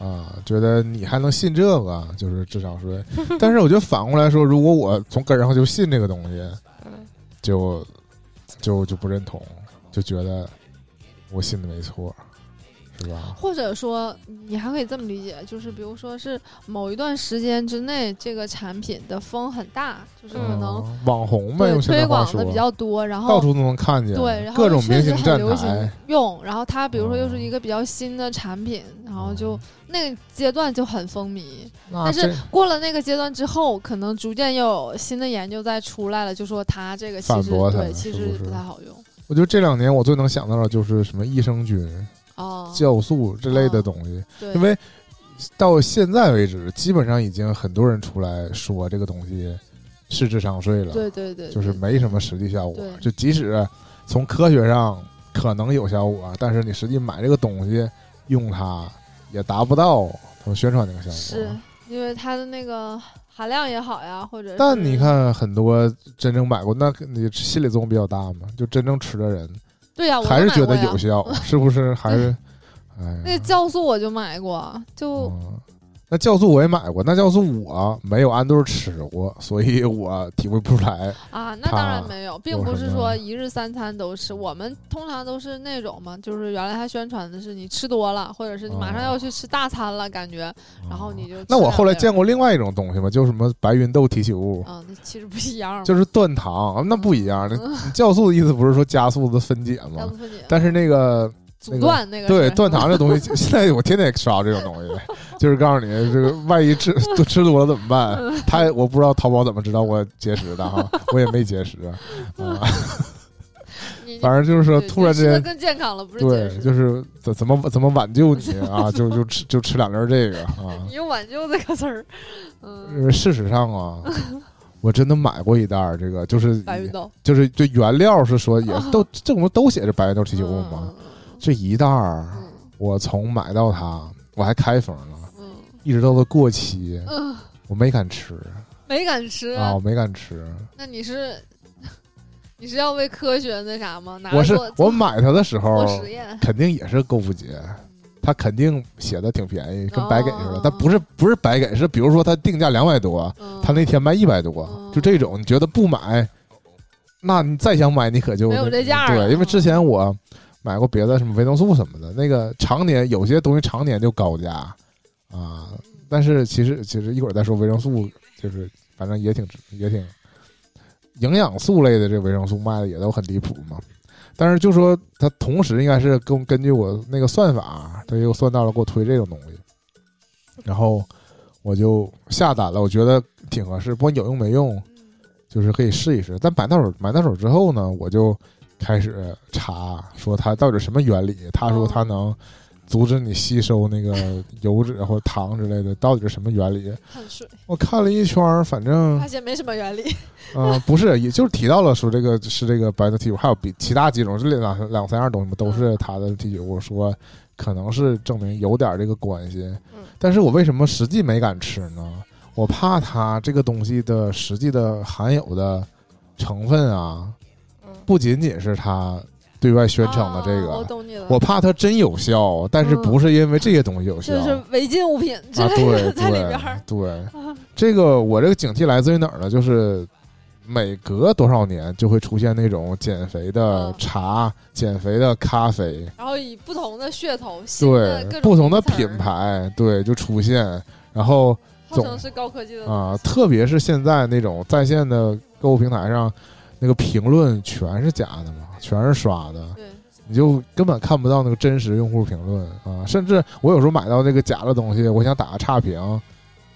S1: 啊、觉得你还能信这个，就是智商税。 但是我觉得反过来说，如果我从根儿上就信这个东西，
S2: 嗯
S1: 就就就不认同，就觉得我信的没错，是吧？
S3: 或者说你还可以这么理解，就是比如说是某一段时间之内，这个产品的风很大，就是可能
S1: 嗯网红呗，
S3: 对
S1: 用现在
S3: 推
S1: 话
S3: 广
S1: 说
S3: 的比较多，然
S1: 到
S3: 后
S1: 处都能看见，
S3: 对，然后
S1: 各种明
S3: 确实
S1: 星
S3: 很
S1: 站
S3: 流
S1: 台
S3: 行，用，然后它比如说又
S1: 哦
S3: 是一个比较新的产品，然后就那个阶段就很风靡。
S1: 那
S3: 但是
S1: 啊这
S3: 过了那个阶段之后，可能逐渐又有新的研究再出来了，就说它这个其
S1: 反
S3: 实
S1: 驳它
S3: 对
S1: 了
S3: 其
S1: 是
S3: 实
S1: 不是
S3: 不太好用
S1: 我觉得这两年我最能想到的就是什么益生菌、
S3: 哦，
S1: 酵素之类的东西，
S3: 对，
S1: 因为到现在为止，基本上已经很多人出来说这个东西是智商税了，
S3: 对对对，
S1: 就是
S3: 对
S1: 没什么实际效果
S3: 对。
S1: 就即使从科学上可能有效果，但是你实际买这个东西用它也达不到他们宣传那个效果。啊
S3: 是因为它的那个含量也好呀，或者是
S1: 但你看，很多真正买过，那你心理作用比较大嘛？就真正吃的人，
S3: 对啊呀，我
S1: 还是觉得
S3: 买过呀
S1: 有效，啊 是不是？还是，哎呀，
S3: 那个酵素我就买过，就
S1: 嗯那酵素我也买过，那酵素我没有按对儿吃过，所以我体会不出来。
S3: 啊，那当然
S1: 它
S3: 没有，并
S1: 有
S3: 不
S1: 什
S3: 是
S1: 么
S3: 说一日三餐都吃。我们通常都是那种嘛，就是原来他宣传的是你吃多了，或者是你马上
S1: 哦
S3: 要去吃大餐了，感觉， 然后你
S1: 嗯，
S3: 就
S1: 那
S3: 吃
S1: 我
S3: 两
S1: 后来
S3: 粒儿
S1: 见过另外一种东西嘛，就什么白云豆提取物，
S3: 啊，那其实不一样嘛，
S1: 就是断糖，那不一
S3: 嗯
S1: 样。那你酵素的意思不是说加速的分解
S3: 要
S1: 吗
S3: 不？分解
S1: 但是那个那
S3: 阻
S1: 个
S3: 断那个
S1: 对
S3: 是
S1: 断糖这东西，现 在我天天刷这种东西，就是告诉你这个万一吃多吃多了怎么办？
S3: 嗯
S1: 他也我不知道淘宝怎么知道我节食的哈，我也没节食
S3: 嗯
S1: 啊，
S3: 你
S1: 反正就是说
S3: 对
S1: 突然
S3: 你
S1: 之
S3: 吃的
S1: 间
S3: 更健康了，不是
S1: 对
S3: 节，食
S1: 就是怎怎么怎么挽救你啊？就就吃就吃两粒儿这个啊
S3: 你。用挽救这个词儿，嗯，
S1: 呃事实上啊， 我真的买过一袋儿这个，就是
S3: 白云豆哦
S1: 就是就原料是说也都这不都写着白云豆提取物吗？？这一袋儿
S3: 嗯
S1: 我从买到它，我还开封了，
S3: 嗯嗯
S1: 一直到它过期，
S3: 嗯，
S1: 我没敢吃
S3: 没敢吃
S1: 啊，我没敢吃。
S3: 那你是 你是要为科学那啥吗？拿
S1: 我哦是
S3: 做
S1: 我买它的时
S3: 做
S1: 候，
S3: 实验，
S1: 肯定也是购物节，它肯定写的挺便宜，跟白给似的
S3: 哦。
S1: 但不是不是白给，是比如说它定价两百多，
S3: 嗯
S1: 他那天卖一百多
S3: 嗯，
S1: 就这种，你觉得不买，那你再想买，你可就
S3: 没有这价儿了
S1: 对，因为之前我买过别的什么维农素什么的，那个常年有些东西常年就高价啊。但是其实其实一会儿再说维生素，就是反正也挺值也挺营养素类的，这维生素卖的也都很离谱嘛。但是就说它同时应该是根根据我那个算法，它又算到了给我推这种东西，然后我就下单了，我觉得挺合适，不管有用没用，就是可以试一试。但买到手买到手之后呢，我就开始查说它到底什么原理，他说它能阻止你吸收那个油脂或者糖之类的，到底是什么原理？
S3: 汗水，
S1: 我看了一圈儿，反正
S3: 发现没什么原理。
S1: 呃，不是，也就是提到了说这个是这个白色 T 五，还有比其他几种这两两三样东西嘛，都
S3: 嗯
S1: 是它的 T 九。我说可能是证明有点这个关系，
S2: 嗯
S1: 但是我为什么实际没敢吃呢？我怕它这个东西的实际的含有的成分啊，
S2: 嗯，
S1: 不仅仅是它对外宣称的这个，
S3: 啊我懂你了。
S1: 我怕它真有效，但是
S3: 嗯
S1: 不是因为这些东西有效，
S3: 就是违禁物品 之
S1: 啊，
S3: 类
S1: 对
S3: 的在里
S1: 对
S3: 边儿。
S1: 对，
S3: 啊
S1: 这个我这个警惕来自于哪儿呢？就是每隔多少年就会出现那种减肥的
S3: 嗯
S1: 茶、减肥的咖啡，
S3: 然后以不同的噱头，新的各
S1: 对
S3: 种
S1: 不同的
S3: 名词儿
S1: 品，牌，对就出现。然后
S3: 号
S1: 总
S3: 称是高科技的
S1: 啊、
S3: 东西
S1: 特别是现在那种在线的购物平台上，那个评论全是假的嘛，全是刷的。
S3: 对，
S1: 你就根本看不到那个真实用户评论啊。甚至我有时候买到那个假的东西，我想打个差评，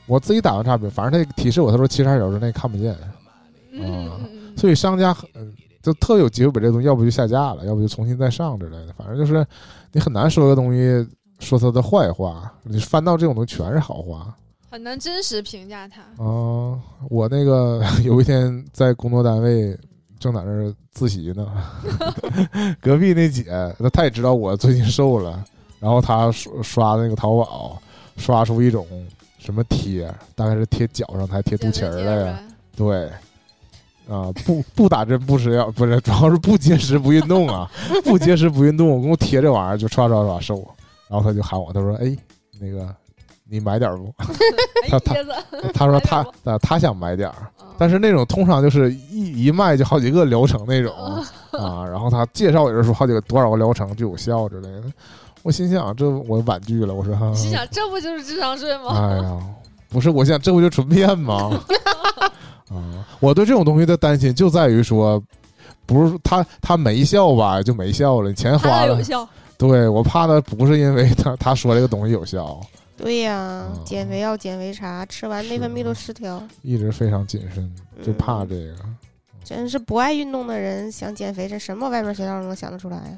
S1: 我自己打完差评，反正他提示我，他说七十二小时内看不见，
S3: 嗯嗯嗯嗯，
S1: 所以商家很、嗯就特有机会把这东西，要不就下架了，要不就重新再上之类的。反正就是你很难说一个东西说它的坏话，你翻到这种东西全是好话。
S3: 很难真实评价它。
S1: 啊、我那个有一天在工作单位正在那儿自习呢，隔壁那姐，那她也知道我最近瘦了，然后她刷刷那个淘宝，刷出一种什么贴，大概是贴脚上的还贴肚
S3: 减
S1: 脐
S3: 肥
S1: 儿
S3: 贴
S1: 的呀，
S3: 呗，
S1: 对，啊、不不打针不吃药，不是主要是不节食不运动啊，不节食不运动，我给我贴这玩意儿就刷刷刷瘦，然后她就喊我，她说，哎，那个你买点儿不？
S3: 哎
S1: 他他
S3: 椰子，
S1: 她说
S3: 买点
S1: 她
S3: 儿
S1: 啊她想买点儿。
S3: 嗯
S1: 但是那种通常就是一一卖就好几个疗程那种啊，然后他介绍也是说好几个多少个疗程就有效之类的。我心想，这我婉拒了。我说，哈
S3: 你心想这不就是智商税吗？
S1: 哎呀，不是，我想这不就纯骗 吗？啊，我对这种东西的担心就在于说，不是他他没效吧，就没效了，你钱
S3: 它
S1: 花
S3: 有
S1: 了。
S3: 效，
S1: 对我怕他不是因为他他说这个东西有效，
S2: 对呀、
S1: 嗯
S2: 减肥药、减肥茶，吃完内分泌都失调。
S1: 一直非常谨慎，就怕
S2: 嗯
S1: 这个。
S2: 真是不爱运动的人想减肥，这什么歪门邪道能想得出来啊？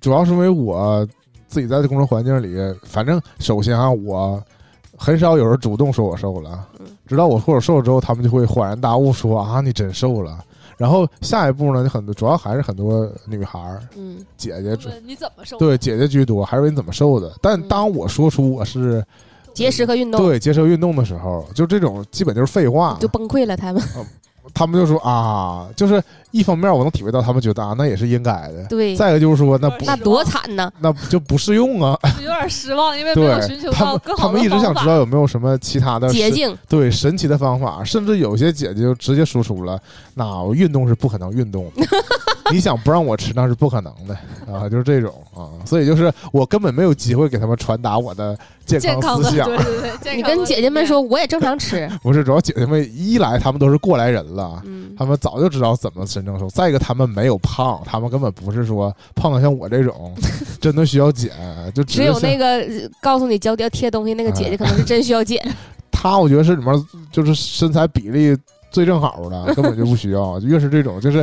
S1: 主要是因为我自己在这工作环境里，反正首先啊，我很少有人主动说我瘦了
S2: 嗯，
S1: 直到我说我瘦了之后，他们就会恍然大悟说啊，你真瘦了。然后下一步呢，就很多主要还是很多女孩儿
S2: 嗯，
S1: 姐姐主，
S3: 问你怎么瘦？
S1: 对姐姐居多，还是问你怎么瘦的。但
S2: 嗯
S1: 当我说出我是
S2: 节食和运动
S1: 对接受运动的时候，就这种基本就是废话，
S2: 就崩溃了，他们
S1: 他们就说啊，就是一方面我能体会到他们觉得啊，那也是应该的。
S2: 对
S1: 再一个就是说，那不
S3: 是
S2: 那多惨呐！
S1: 那就不适用啊，
S3: 有点失望，因为没
S1: 对
S3: 有寻求
S1: 他
S3: 到
S1: 们
S3: 更
S1: 他
S3: 好的
S1: 们一直想
S3: 方
S1: 知
S3: 法
S1: 道有没有什么其他的
S2: 捷
S1: 神
S2: 径，
S1: 对神奇的方法，甚至有些姐姐就直接说出了，那我运动是不可能运动 的，你想不让我吃那是不可能的啊，就是这种啊，所以就是我根本没有机会给他们传达我的健
S3: 健康
S1: 康
S3: 的，
S1: 思想
S3: 对，对对，健
S2: 你
S3: 康
S2: 跟
S3: 的
S2: 姐姐们
S3: 理念，
S2: 说，我也正常吃。
S1: 不是主要姐姐们一来他们都是过来人了。
S2: 嗯
S1: 他们早就知道怎么真正瘦，再一个他们没有胖，他们根本不是说胖的像我这种， 真的需要减，就只
S2: 只
S1: 是
S2: 有
S1: 像
S2: 那个呃告诉你胶要贴东西那个姐姐，可能是真需要减。
S1: 他我觉得是里面就是身材比例最正好 的，根本就不需要。越是这种，就是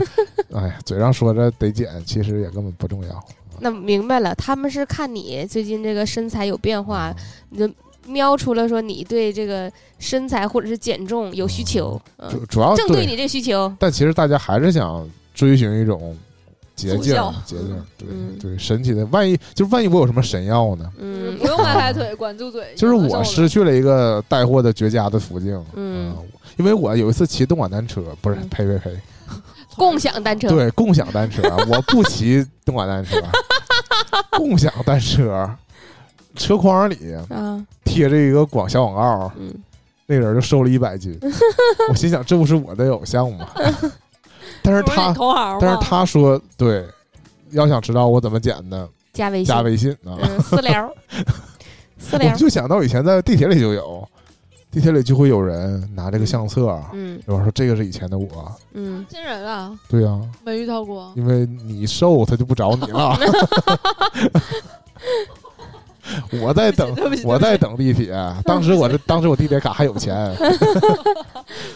S1: 哎呀，嘴上说着得减，其实也根本不重要。
S2: 那明白了，他们是看你最近这个身材有变化，你就瞄出了说你对这个身材或者是减重有需求，嗯，
S1: 主主要
S2: 正对你这需求。
S1: 但其实大家还是想追寻一种捷
S3: 速
S1: 径
S3: 效，
S1: 捷径，对、
S2: 嗯
S1: 对，神奇的。万一就万一我有什么神药呢？
S3: 就是
S2: 嗯
S3: 不用迈开腿，管住嘴，
S1: 就是
S3: 有的时
S1: 我
S3: 候
S1: 失去了一个带货的绝佳的途径。
S2: 嗯
S1: 啊，因为我有一次骑动感单车，不是
S2: 嗯，
S1: 呸呸呸，
S2: 共享单车，
S1: 对，共享单车，啊我不骑动感单车，共享单车，车筐里
S2: 啊，
S1: 贴着一个广小广告，
S2: 嗯，
S1: 那人就瘦了一百斤。我心想，这不是我的偶像吗？但是
S3: 这不
S1: 他
S3: 你同行吗？
S1: 但是他说，对，要想知道我怎么剪的，
S2: 加微信
S1: 加，微信啊。
S2: 嗯，私聊， 私
S1: 我
S2: 聊，
S1: 就想到以前在地铁里就有，地铁里就会有人拿这个相册，
S2: 嗯
S1: 然后说这个是以前的我。
S2: 嗯，
S3: 新人啊，
S1: 对呀、
S3: 没遇到过。
S1: 因为你瘦，他就不找你了。我在等，
S3: 对不起，
S1: 我在等地铁。当时我这，当时我地铁卡还有钱，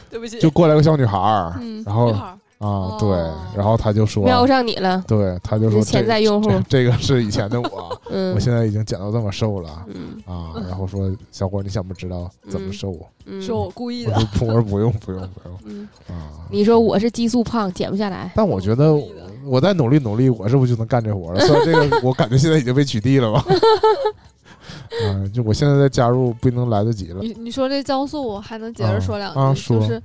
S3: 对不起，
S1: 就过来个小女孩儿，
S3: 嗯，
S1: 然后
S3: 女孩儿
S1: 啊，对
S3: 哦，
S1: 然后他就说，
S2: 瞄上你了，
S1: 对，他就
S2: 你
S1: 说
S2: 是潜在
S1: 这
S2: 用户
S1: 这，这个是以前的我，
S2: 嗯
S1: 我现在已经减到这么瘦了
S2: 嗯
S1: 啊。然后说，小伙儿，你想不知道怎么
S2: 嗯
S1: 瘦？
S2: 嗯，
S3: 说我故意
S1: 我
S3: 的，
S1: 说不，我说不用，不用，不用
S2: 嗯，
S1: 啊。
S2: 你说我是激素胖，减不下来，
S1: 但我觉得
S3: 我故意的
S1: 我再努力努力，我是不是就能干这活了？虽然这个我感觉现在已经被取缔 了吧，啊，就我现在再加入不一定来得及了。
S3: 你你说这江苏，我还能接着说两句，
S1: 啊啊说
S3: 就是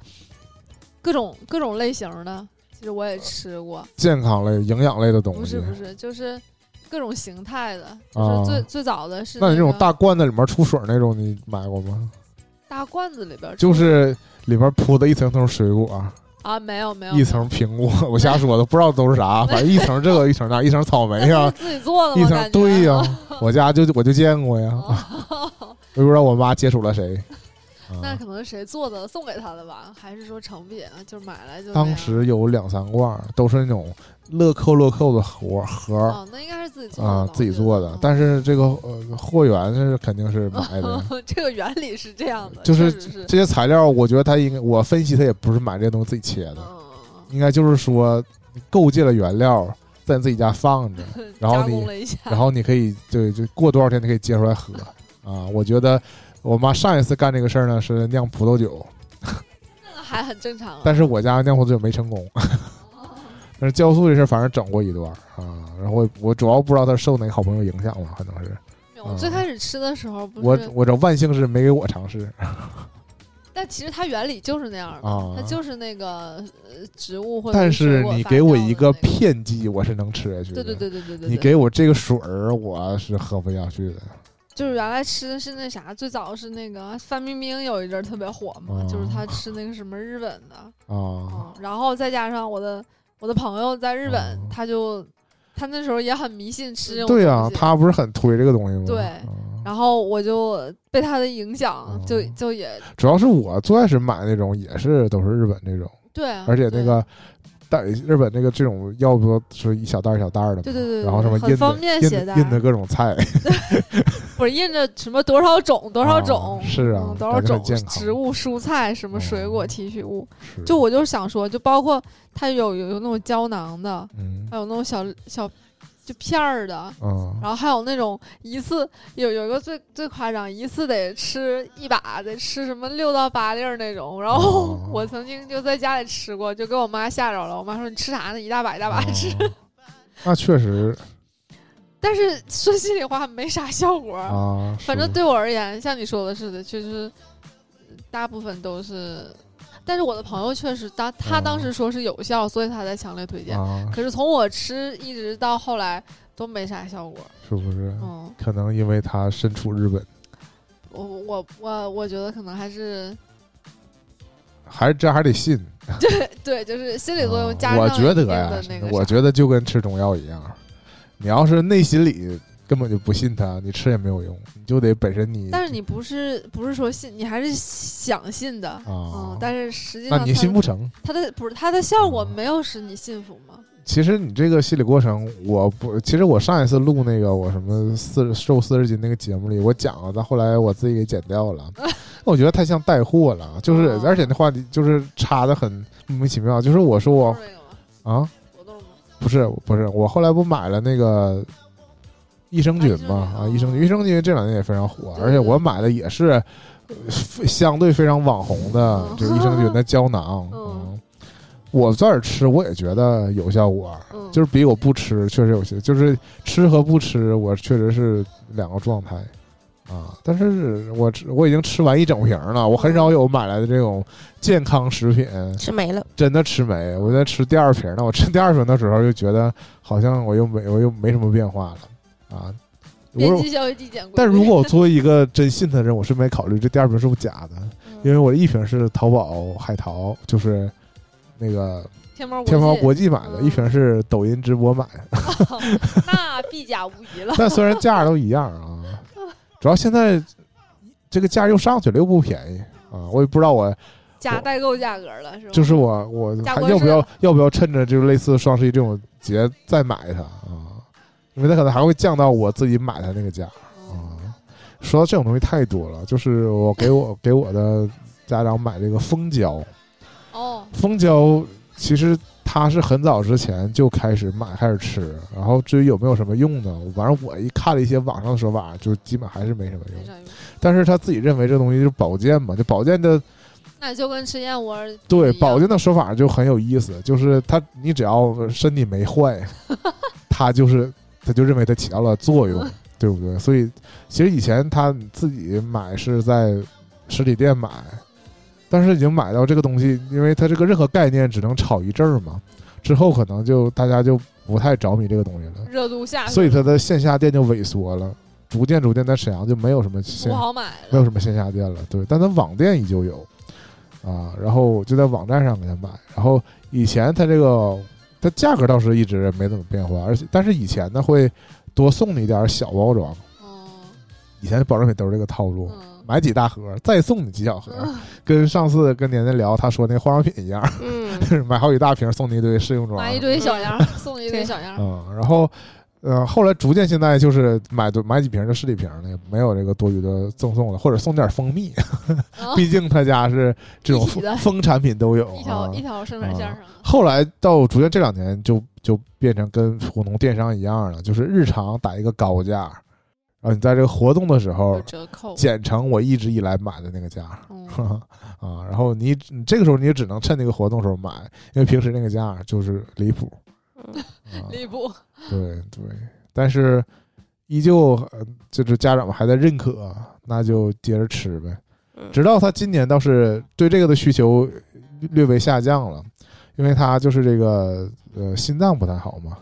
S3: 各种各种类型的，其实我
S1: 啊
S3: 也吃过，
S1: 健康类、营养类的东
S3: 不
S1: 西，
S3: 是不是，就是各种形态的，就是最、最早的是
S1: 啊那你
S3: 那
S1: 这种
S3: 个
S1: 大罐子里面出水那种，你买过吗？
S3: 大罐子里边儿
S1: 就
S3: 出的
S1: 是里面铺的一层层水果，
S3: 啊，没有没有
S1: 一层苹果， 我瞎说的，不知道都是啥，反正一层这个，一层那，一层草莓
S3: 没有
S1: 呀
S3: 那，是自己做的
S1: 一
S3: 吗？
S1: 层
S3: 感觉啊
S1: 对呀、我家就我就见过呀，
S3: 哦
S1: 我也不知道我妈接触了谁。啊
S3: 那可能是谁做的送给他的吧，还是说成品啊？就是买来就那
S1: 当
S3: 样
S1: 时有两三罐儿，都是那种乐扣乐扣的盒儿盒儿
S3: 哦，那应该是自己做的
S1: 啊
S3: 吧，
S1: 自己做
S3: 嗯
S1: 的。但是这个呃货源是肯定是买的。
S3: 是哦 这个原理是这样的，
S1: 就
S3: 确
S1: 是
S3: 实是
S1: 这些材料，我觉得他应该，我分析他也不是买这些东西自己切
S3: 嗯
S1: 的，
S3: 嗯嗯
S1: 应该就是说购借了原料，在你自己家放着，
S3: 嗯
S1: 然后
S3: 加
S1: 你
S3: 工了一下，
S1: 然后你可以对，就过多少天你可以接出来喝啊。我觉得我妈上一次干这个事儿呢是酿葡萄酒，
S3: 那个还很正常啊了。
S1: 但是我家酿葡萄酒没成功。
S3: 哦
S1: 但是酵素这事儿反正整过一段儿啊，然后我我主要不知道他受哪个好朋友影响了，可能是
S3: 我最开始吃的时候不
S1: 嗯我
S3: 是，啊
S1: 我这万幸是没给我尝试
S3: 但其实它原理就是那样的，
S1: 啊
S3: 它。就是那个呃植物或者
S1: 但
S3: 水
S1: 是
S3: 果
S1: 你
S3: 发
S1: 给我
S3: 酵
S1: 一
S3: 的
S1: 个
S3: 那个
S1: 骗剂，我是能吃下去的。
S3: 对对对对对对，
S1: 你
S3: 对
S1: 给我这个水儿，我是喝不下去的。
S3: 就是原来吃的是那啥，最早是那个范冰冰有一阵儿特别火嘛，就是她吃那个什么日本的，
S1: 啊
S3: 嗯，然后再加上我的我的朋友在日本，
S1: 哦
S3: 他就他那时候也很迷信吃这种
S1: 对
S3: 呀
S1: 啊，、他不是很推这个东西吗？
S3: 对
S1: 啊
S3: 然后我就被他的影响
S1: 哦，
S3: 就就也
S1: 主要是我最开始买那种也是都是日本那种，
S3: 对啊，
S1: 而且那
S3: 对
S1: 个袋日本那个这种，要不是一小袋儿一小袋儿的嘛，
S3: 对对对对
S1: 然后什么
S3: 很
S1: 印
S3: 方
S1: 的
S3: 便
S1: 印
S3: 携
S1: 的
S3: 带
S1: 印的各种 菜，
S3: 不是印着什么多少种多少种。
S1: 啊是啊
S3: 嗯，多少
S1: 感觉
S3: 种
S1: 很健康
S3: 植物、蔬菜，什么
S1: 哦
S3: 水果提取物？
S1: 是
S3: 就我就想说，就包括它有有有那种胶囊的，
S1: 嗯
S3: 还有那种小小就片儿的，
S1: 啊
S3: 然后还有那种一次有有一个最最夸张，一次得吃一把，得吃什么六到八粒儿那种。然后
S1: 哦
S3: 我曾经就在家里吃过，就给我妈吓着了。我妈说：“你吃啥呢？一大把一大把吃。
S1: 啊那确 实
S3: 但是说心里话，没啥效果。
S1: 啊，
S3: 反正
S1: 是
S3: 对我而言，像你说的似的，就是大部分都是。但是我的朋友确实当他
S1: 哦
S3: 当时说是有效，所以他才强烈推荐。
S1: 啊，
S3: 可是从我吃一直到后来都没啥效果。
S1: 是不是？
S3: 嗯。
S1: 可能因为他身处日本，
S3: 我我我我觉得可能还是
S1: 还是这还得信。
S3: 对，就是心理作用
S1: 啊
S3: 加上
S1: 我觉得
S3: 一定
S1: 呀
S3: 的那，个
S1: 我
S3: 啥
S1: 觉得就跟吃中药一样，你要是内心里根本就不信他，你吃也没有用，你就得本身你。
S3: 但是你不是不是说信，你还是想信的，嗯，但是实际上
S1: 啊哦那你信
S3: 它
S1: 不成？
S3: 它的不是它的效果没有使你信服吗？
S1: 其实你这个心理过程，我不，其实我上一次录那个我什么四瘦四十斤那个节目里，我讲了，但后来我自己给剪掉 了。我觉得太像带货了，就是、
S3: 哦
S1: 而且那话题就是插的很莫名其妙。就是我说
S3: 都
S1: 我
S3: 是那个吗？
S1: 啊，
S3: 活动吗？
S1: 不是不是，我后来不买了那个益生菌嘛
S3: 啊
S1: 啊，
S3: 益
S1: 益
S3: 生
S1: 生
S3: 菌
S1: 菌，益生菌这两年也非常火，
S3: 对
S1: 而且
S3: 对
S1: 我买的也是呃非相对非常网红的
S3: 嗯
S1: 这个益生菌的胶囊。
S3: 嗯
S1: 嗯，我在这儿吃，我也觉得有效果。
S3: 嗯，
S1: 就是比我不吃确实有些，就是吃和不吃，我确实是两个状态啊。但是我吃我已经吃完一整瓶了，我很少有买来的这种健康食品
S2: 吃没了，
S1: 真的吃没。我在吃第二瓶呢，我吃第二瓶的时候就觉得好像我又没我又没什么变化了啊。我
S3: 边
S1: 说
S3: 际效益递减规律。
S1: 但如果我作为一个真信他的人，我顺便考虑这第二
S3: 嗯
S1: 瓶是不是假的，因为我一瓶是淘宝海淘，就是那个
S3: 天猫
S1: 天猫
S3: 际
S1: 国际买的，
S3: 嗯
S1: 一瓶是抖音直播买的，
S3: 那必假无疑 了。
S1: 但虽然价都一样啊，主要现在这个价又上去了，又不便宜啊，我也不知道我
S3: 加代购价格了是吧？
S1: 就是我我
S3: 价
S1: 还
S3: 格
S1: 要不
S3: 是
S1: 要要不要趁着就是类似双十一这种节再买它啊？因为它可能还会降到我自己买它那个价
S3: 嗯
S1: 啊。说到这种东西太多了，就是我给我给我的家长买这个蜂胶，
S3: 哦，
S1: 蜂胶其实它是很早之前就开始买开始吃，然后至于有没有什么用呢？反正我一看了一些网上的说法，就基本还是没什么用
S3: 没。啥用，
S1: 但是他自己认为这东西就是保健嘛，就保健的
S3: 那就跟吃燕窝儿
S1: 对
S3: 一样
S1: 保健的说法就很有意思，就是他你只要身体没坏， 他就是他就认为它起到了作 用，对不对？所以其实以前他自己买是在实体店买，但是已经买到这个东西，因为它这个任何概念只能炒一阵儿嘛，之后可能就大家就不太着迷这个东西了，
S3: 热度下去了，
S1: 所以它的线下店就萎缩了，逐渐逐渐在沈阳就没有什么线
S3: 不好买
S1: 没
S3: 了。
S1: 有什么线下店了，对，但它网店依旧有啊。然后就在网站上给他买，然后以前它这个它价格倒是一直没怎么变化，而且但是以前呢会多送你一点儿小包装，
S3: 哦，
S1: 以前的保健品都是这个套路。
S3: 嗯，
S1: 买几大盒，再送你几小盒，跟上次跟年年聊，他说那化妆品一样，
S2: 嗯，
S1: 买好几大瓶送你一堆试用装，
S3: 买一堆小样儿，送一堆
S2: 对
S3: 小样儿。
S1: 嗯，然后呃，后来逐渐现在就是买多买几瓶就十几瓶了，也没有这个多余的赠送了，或者送点蜂蜜，
S3: 哦
S1: 毕竟他家是这种
S3: 一体的
S1: 蜂蜂产品都有
S3: 一
S1: 啊
S3: 条。一条生产线上了，
S1: 后来到逐渐这两年就就变成跟普通电商一样了，就是日常打一个高价，然后你在这个活动的时候
S3: 有折扣。
S1: 减成我一直以来买的那个价。
S3: 嗯
S1: 啊，然后你你这个时候你就只能趁那个活动时候买，因为平时那个价就是离谱。
S2: 嗯
S1: 啊
S3: 礼物
S1: 对对，但是依旧呃就是家长们还在认可，啊那就接着吃呗。
S2: 嗯
S1: 直到他今年倒是对这个的需求略微下降了，因为他就是这个呃心脏不太好嘛，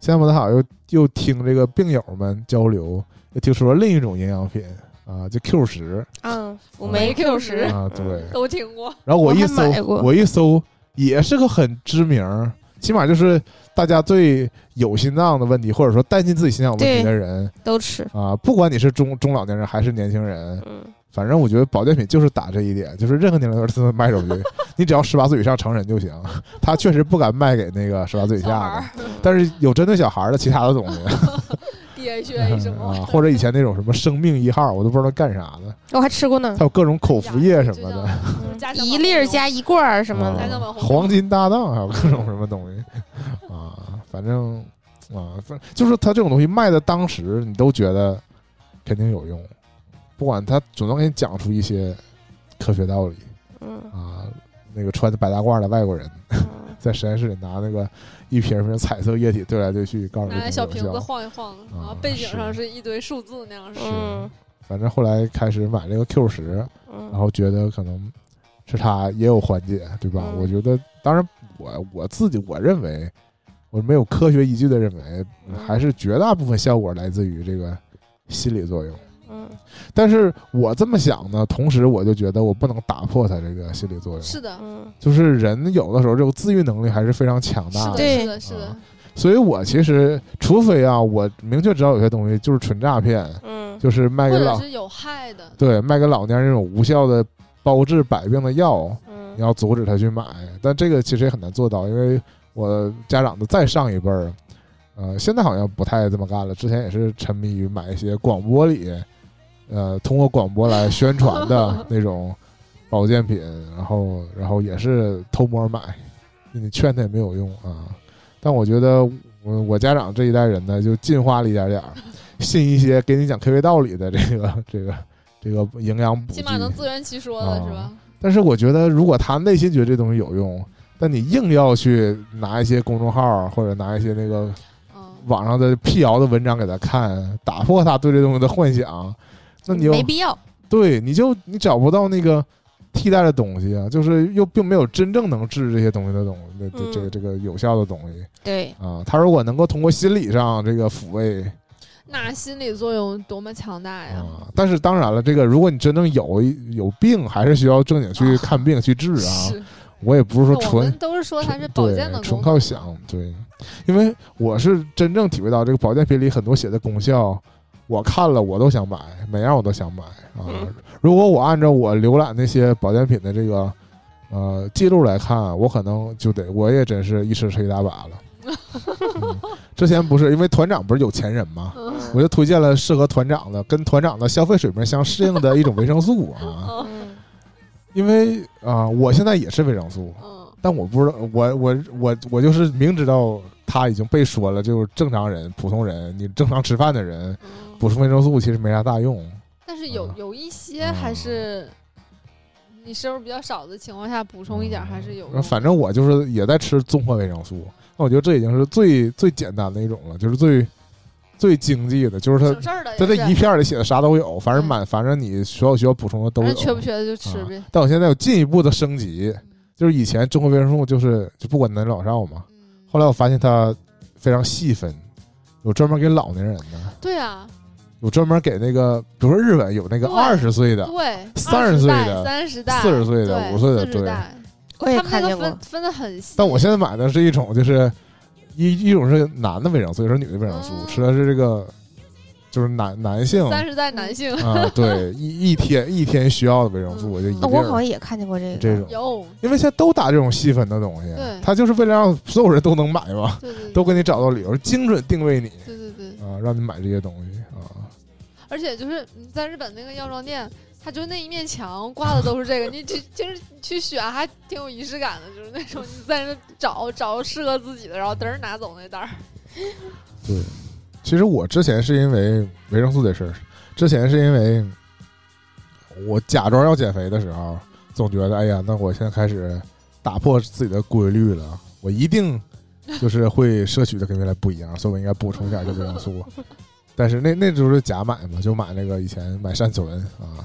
S1: 心脏不太好又又听这个病友们交流，又听说了另一种营养品啊，就 Q 十
S2: 啊，辅
S1: 没
S2: 酶 Q 十
S3: 是，
S1: 啊，对。
S3: 都听过，
S1: 然后
S2: 我
S1: 一
S2: 还
S1: 搜
S2: 买，过
S1: 我一搜也是个很知名儿，起码就是大家最有心脏的问题，或者说担心自己心脏有问题
S2: 对
S1: 的人
S2: 都吃。
S1: 啊，不管你是中中老年人还是年轻人，
S2: 嗯，
S1: 反正我觉得保健品就是打这一点，就是任何年龄段都能卖手机， 你只要十八岁以上成人就行。他确实不敢卖给那个十八岁以
S3: 小孩
S1: 下的，
S3: 儿
S1: 但是有针对小孩儿的其他的东西
S3: DHA 什么
S1: 啊，或者以前那种什么生命一号，我都不知道干啥 的，
S2: 我还吃过呢
S1: 它，有各种口服液什么
S3: 就
S1: 的。
S3: 像
S2: 嗯
S3: 加上
S2: 一粒儿加一罐儿什么
S1: 啊
S3: 加
S2: 的。
S3: 上网红
S1: 黄金搭档，还有各种什么东西 啊，反正啊，反就是他这种东西卖的，当时你都觉得肯定有用，不管他总能给你讲出一些科学道理
S2: 嗯
S1: 啊。那个穿着白大褂的外国人
S2: 嗯
S1: 在实验室里拿那个一瓶瓶彩色液体兑来兑去，告诉你
S3: 拿着小
S1: 有
S3: 瓶子
S1: 效
S3: 晃一晃，然后
S1: 啊
S3: 背景
S1: 是
S3: 上是一堆数字那样式。
S2: 嗯
S1: 反正后来开始买这个 Q 十，
S2: 嗯，
S1: 然后觉得可能是它也有缓解，对吧？
S2: 嗯
S1: 我觉得，当然我我自己我认为，我没有科学依据的认为，
S2: 嗯
S1: 还是绝大部分效果来自于这个心理作用。
S2: 嗯
S1: 但是我这么想呢，同时我就觉得我不能打破它这个心理作用。
S3: 是的，
S2: 嗯
S1: 就是人有的时候这个自愈能力还是非常强
S3: 是
S1: 大
S3: 的，
S1: 的，
S2: 对
S3: 是的，是的
S1: 啊，所以我其实除非啊，我明确知道有些东西就是纯诈骗，
S2: 嗯，
S1: 就是卖给
S3: 或者
S1: 老
S3: 是有害的。
S1: 对卖给老年人这种无效的包治百病的药，你
S2: 嗯
S1: 要阻止他去买，但这个其实也很难做到，因为我家长的再上一辈儿，呃，现在好像不太这么干了，之前也是沉迷于买一些广播里，呃，通过广播来宣传的那种保健品，然后然后也是偷摸买， 你劝他也没有用啊。但我觉得我我家长这一代人呢，就进化了一点点儿，信一些给你讲科学道理的这个这个这个营养补剂，
S3: 起码能自圆其说的是吧？
S1: 但是我觉得，如果他内心觉得这东西有用，但你硬要去拿一些公众号或者拿一些那个
S3: 嗯，
S1: 网上的辟谣的文章给他看，打破他对这东西的幻想，那你又
S2: 嗯没必要。
S1: 对，你就你找不到那个替代的东西啊，就是又并没有真正能治这些东西的东西，这这个
S2: 嗯
S1: 这个有效的东西
S2: 对，
S1: 啊。他如果能够通过心理上这个抚慰
S3: 那心理作用多么强大哎呀！
S1: 啊，但是当然了，这个如果你真正有一有病，还是需要正经去看病去治啊。
S3: 是，
S1: 我也不是说
S3: 我
S1: 纯
S3: 们都是说它是保
S1: 对，
S3: 健的功
S1: 纯
S3: 能
S1: 靠
S3: 嘛
S1: 想，对，因为我是真正体会到这个保健品里很多写的功效，我看了我都想买，每样我都想买啊。
S2: 嗯
S1: 如果我按照我浏览那些保健品的这个呃记录来看，我可能就得我也真是一吃吃一大把 了。嗯之前不是因为团长不是有钱人吗？
S3: 嗯
S1: 我就推荐了适合团长的、跟团长的消费水平相适应的一种维生素啊，
S2: 嗯
S1: 因为啊、我现在也吃维生素，
S3: 嗯
S1: 但我不知道，我我我我就是明知道他已经被说了，就是正常人、普通人，你正常吃饭的人
S3: 嗯，
S1: 补充维生素其实没啥大用。
S3: 但是有
S1: 啊
S3: 有一些还是你摄入比较少的情况下补充一点还是有用的。
S1: 嗯反正我就是也在吃综合维生素，那我觉得这已经是最最简单的一种了，就是最最经济的，就是它
S3: 省事儿的
S1: 它这
S3: 也是
S1: 一片儿里写的啥都有，反正
S3: 嗯
S1: 满反正你所有需要补充的都
S3: 反
S1: 有
S3: 正。缺不缺的就吃呗
S1: 啊。但我现在有进一步的升级，
S3: 嗯
S1: 就是以前综合维生素就是就不管男老少嘛，
S3: 嗯
S1: 后来我发现它非常细分，有专门给老年人的。
S3: 对啊，
S1: 有专门给那个，比如说日本有那个
S3: 对
S1: 二十岁的，
S3: 对，
S1: 30岁的
S3: 三十代、
S1: 40岁的50
S3: 对
S1: 岁的
S3: 40
S1: 对
S3: 代
S2: 我也
S3: 他们那
S2: 看见
S3: 个
S2: 过
S3: 分，分的很细。
S1: 但我现在买的是一种，就是一一种是男的维生素，一种是女的维生素，
S3: 嗯
S1: 吃的是这个就是男男性
S3: 三十代
S2: 嗯
S3: 男性
S1: 啊，对，一一天一天需要的维生素，
S3: 嗯
S1: 我就一粒
S2: 啊我好
S1: 儿
S2: 像也看见过这个。
S1: 这种，
S3: 有，
S1: 因为现在都打这种细分的东西
S3: 对，
S1: 它就是为了让所有人都能买嘛，
S3: 对对对，
S1: 都给你找到理由，精准定位你
S3: 对对对，
S1: 啊，让你买这些东西啊，
S3: 而且就是你在日本那个药妆店，它就那一面墙挂的都是这个，你去其实去选还挺有仪式感的，就是那种你在那找找适合自己的，然后嘚儿拿走那袋儿。
S1: 对，其实我之前是因为维生素的事儿，之前是因为我假装要减肥的时候，总觉得哎呀，那我现在开始打破自己的规律了，我一定就是会摄取的跟原来不一样，所以我应该补充一下这维生素。但是那那时候是假买嘛，就买那个以前买善存啊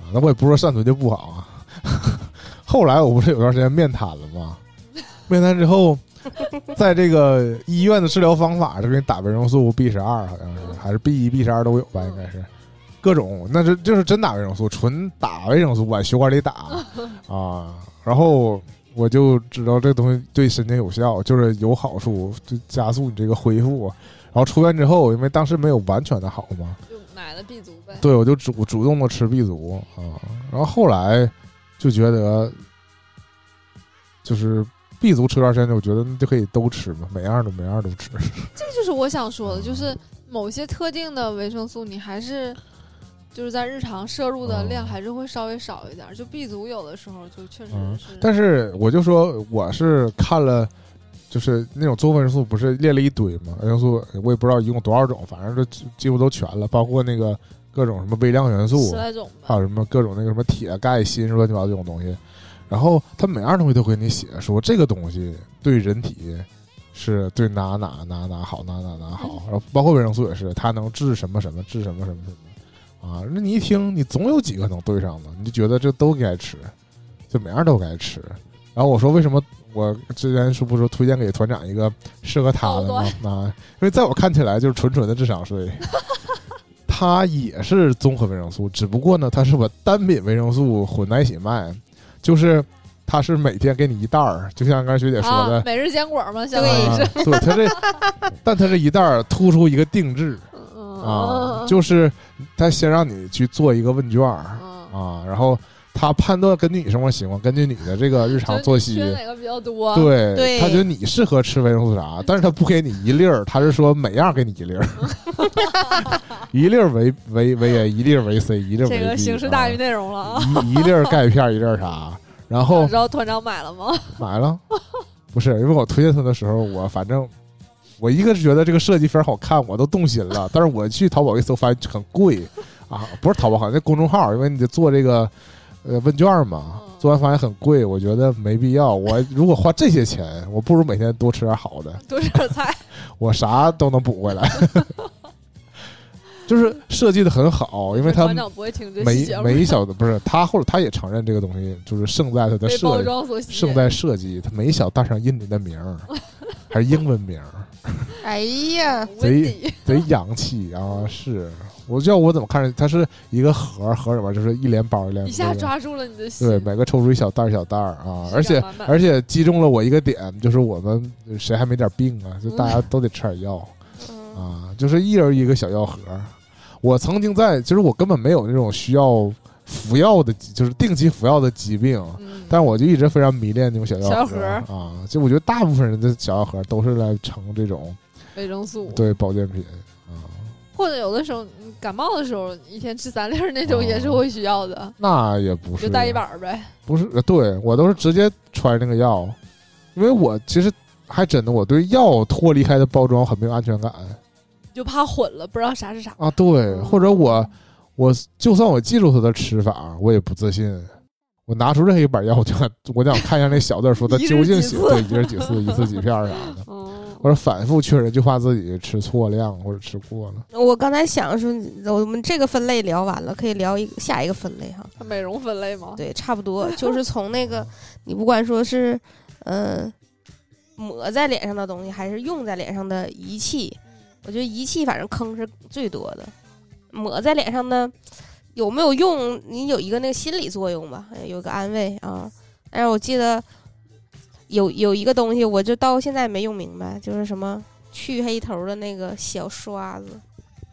S1: 啊，那我也不是说善存就不好啊。 后来我不是有段时间面瘫了吗？面瘫之后，在这个医院的治疗方法就给你打维生素 B 十二，好像是还是 B 一、B 十二都有吧，应该是各种，那是就是真打维生素，纯打维生素，往血管里打啊。然后我就知道这东西对神经有效，就是有好处，就加速你这个恢复。然后出院之后，因为当时没有完全的好嘛，
S3: 就买了 B 族呗。
S1: 对，我就主主动的吃 B 族啊，然后后来就觉得，就是 B 族吃段时间，我觉得就可以都吃嘛，每样都每样都吃。
S3: 这就是我想说的，就是某些特定的维生素，你还是就是在日常摄入的量
S1: 嗯
S3: 还是会稍微少一点儿。就 B 族有的时候就确实
S1: 嗯
S3: 是，
S1: 但是我就说我是看了，就是那种综合维生素不是列了一堆嘛，维生素我也不知道一共多少种，反正这几几乎都全了，包括那个各种什么微量元素啊
S3: 十，来种吧
S1: 还。有什么各种那个什么铁、钙、锌乱七八糟这种东西，然后它每样东西都给你写说这个东西对人体是对哪哪哪哪好，哪哪哪好，然后包括维生素也是，它能治什么什么，治什么什么什么啊。那你一听，你总有几个能对上的，你就觉得这都该吃，就每样都该吃。然后我说为什么我之前是不是说推荐给团长一个适合他的
S3: 高
S1: 吗？啊，因为在我看起来就是纯纯的智商税。它也是综合维生素，只不过呢，它是把单品维生素混在一起卖，就是它是每天给你一袋儿，就像刚才学姐说的，
S3: 啊，每日坚果嘛，相当于
S1: 啊
S3: 是，
S1: 对，它这，但它这一袋儿突出一个定制
S3: 嗯
S1: 啊，就是它先让你去做一个问卷儿
S3: 嗯
S1: 啊，然后它判断根据你生活习惯，根据你的这个日常作息
S3: 就，是你缺哪个比较多？
S1: 对，
S2: 对
S1: 他觉得你适合吃维生素啥，但是他不给你一粒儿，他是说每样给你一粒 儿，一粒儿维维维 A，一粒儿维 C，一粒儿维 B，
S3: 这个形式大于
S1: 啊
S3: 内容了啊！
S1: 一一粒儿钙片，一粒儿啥，然后
S3: 你知道团长买了吗？
S1: 买了，不是因为我推荐他的时候，我反正。我一个是觉得这个设计非常好看，我都动心了。但是我去淘宝一搜，发现很贵啊，不是淘宝好，那公众号，因为你得做这个呃问卷嘛
S3: 嗯，
S1: 做完发现很贵，我觉得没必要。我如果花这些钱，我不如每天多吃点好的。
S3: 多吃点菜，
S1: 我啥都能补回来， 就是设计的很哦好，因为他
S3: 团长不会听这
S1: 每
S3: 期
S1: 一
S3: 节目
S1: 每一小的不是他后来他也承认这个东西就是胜在它的
S3: 被包
S1: 设计，
S3: 装所吸
S1: 胜
S3: 引。
S1: 在设计，他每一小袋上印你的名儿，还是英文名儿，
S2: 哎呀，
S3: 温迪
S1: 贼洋气啊！是我要我怎么看着它是一个盒儿，盒儿里面就是一连包一连包的，
S3: 一下抓住了你的心，
S1: 嗯对，每个抽出一小袋儿一小袋儿啊，
S3: 质
S1: 而且
S3: 量满满
S1: 而且击中了我一个点，就是我们谁还没点病啊？就大家都得吃点药、
S2: 嗯
S1: 啊，就是一人一个小药盒儿。我曾经在，其实我根本没有那种需要服药的，就是定期服药的疾病，
S3: 嗯，
S1: 但我就一直非常迷恋那种小药
S3: 小
S1: 盒
S3: 盒
S1: 儿
S3: 儿
S1: 啊。就我觉得大部分人的小药盒儿都是来盛这种
S3: 维生素，
S1: 对保健品啊。
S3: 或者有的时候你感冒的时候，一天吃三粒儿那种也是会需要的，
S1: 那也不哦是
S3: 就带一板儿呗。
S1: 不是，呃对我都是直接揣那个药，因为我其实还真的我对药脱离开的包装很没有安全感
S3: 就怕混了，不知道啥是啥。
S1: 啊。
S3: 哦
S1: 对，或者我我就算我记住它的吃法，我也不自信。我拿出这一板药，我就想我就想看一下那小字儿，说它
S3: 一日
S1: 究竟
S3: 几
S1: 写
S3: 次
S1: 对一日几次，一次几片儿啥的。
S2: 哦
S3: 嗯，
S1: 或者反复确认，就怕自己吃错量或者吃过了。
S2: 我刚才想说，我们这个分类聊完了，可以聊一个下一个分类哈。
S3: 美容分类吗？
S2: 对，差不多就是从那个你不管说是嗯、呃抹在脸上的东西，还是用在脸上的仪器，我觉得仪器反正坑是最多的。抹在脸上呢有没有用？你有一个那个心理作用吧，哎有个安慰啊。但是我记得有有一个东西，我就到现在没用明白，就是什么去黑头的那个小刷子，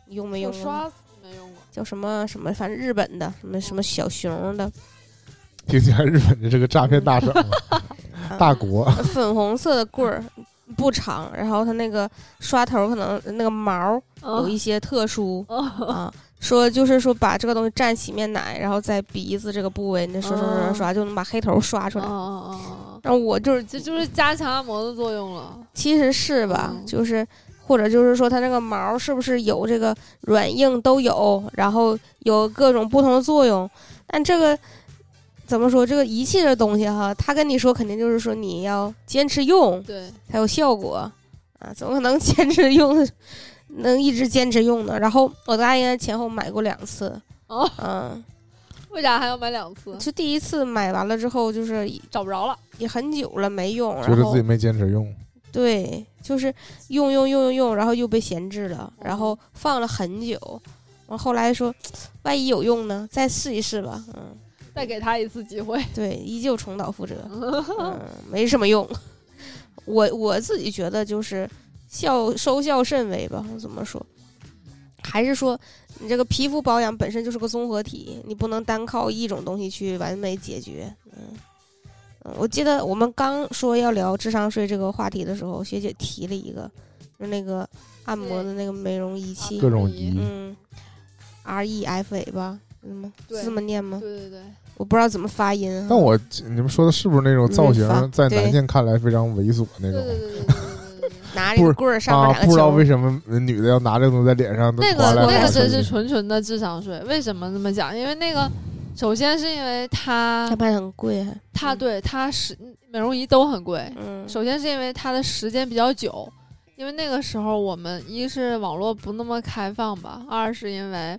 S2: 你用没用
S3: 有
S2: 过？
S3: 刷子没用过，
S2: 叫什么什么，反正日本的什么什么小熊的，
S1: 听起来日本的这个诈骗大省、
S2: 啊
S1: 大国，
S2: 粉红色的棍儿，不长，然后它那个刷头可能那个毛儿
S3: 哦
S2: 有一些特殊、
S3: 嗯
S2: 啊。说就是说把这个东西蘸洗面奶，然后在鼻子这个部位，你刷刷刷刷刷，就能把黑头刷出来。
S3: 嗯，
S2: 然后我就是
S3: 哦这就是加强按摩的作用了。
S2: 其实是吧，
S3: 嗯
S2: 就是或者就是说它那个毛儿是不是有这个软硬都有，然后有各种不同的作用。但这个怎么说？这个仪器这东西哈，他跟你说肯定就是说你要坚持用，
S3: 对，
S2: 才有效果啊，怎么可能坚持用，能一直坚持用呢？然后我大概前后买过两次，
S3: 哦
S2: 嗯，
S3: 为啥还要买两次？
S2: 就第一次买完了之后，就是
S3: 找不着了，
S2: 也很久了没用，
S1: 觉
S2: 然
S1: 得自
S2: 后嗯
S1: 己没坚持用。
S2: 对，就是用用用用用，然后又被闲置了，然后放了很久，完后来说，万一有用呢，再试一试吧，嗯，
S3: 再给他一次机会。
S2: 对，依旧重蹈 覆辙，嗯，没什么用。 我我自己觉得就是效收效甚微吧，我怎么说？还是说你这个皮肤保养本身就是个综合体，你不能单靠一种东西去完美解决。嗯，嗯我记得我们刚说要聊智商税这个话题的时候，学姐提了一个，就是那个按摩的那个美容仪器
S1: 各，种疑，
S2: 嗯，R E F A 吧，嗯吗？
S3: 对
S2: 是这么念吗
S3: 对？对对，
S2: 我不知道怎么发音啊哈。
S1: 但我你们说的是不是那种造型
S2: 嗯发
S1: 在
S2: 对
S1: 男性看来非常猥琐那
S3: 对
S1: 种？
S3: 对对对对 对对对。
S2: 拿着
S1: 不是
S2: 个棍儿上面
S1: 啊，
S2: 两个
S1: 不知道
S2: 球
S1: 为。什么女的要拿这个东西在脸上
S3: 那
S1: 划
S3: 个
S1: 来划去
S3: 那个真是纯纯的智商税。为什么这么讲？因为那个，首先是因为它
S2: 它卖的很贵，还
S3: 它
S2: 嗯
S3: 对它时美容仪都很贵。
S2: 嗯，
S3: 首先是因为它的时间比较久，因为那个时候我们一是网络不那么开放吧，二是因为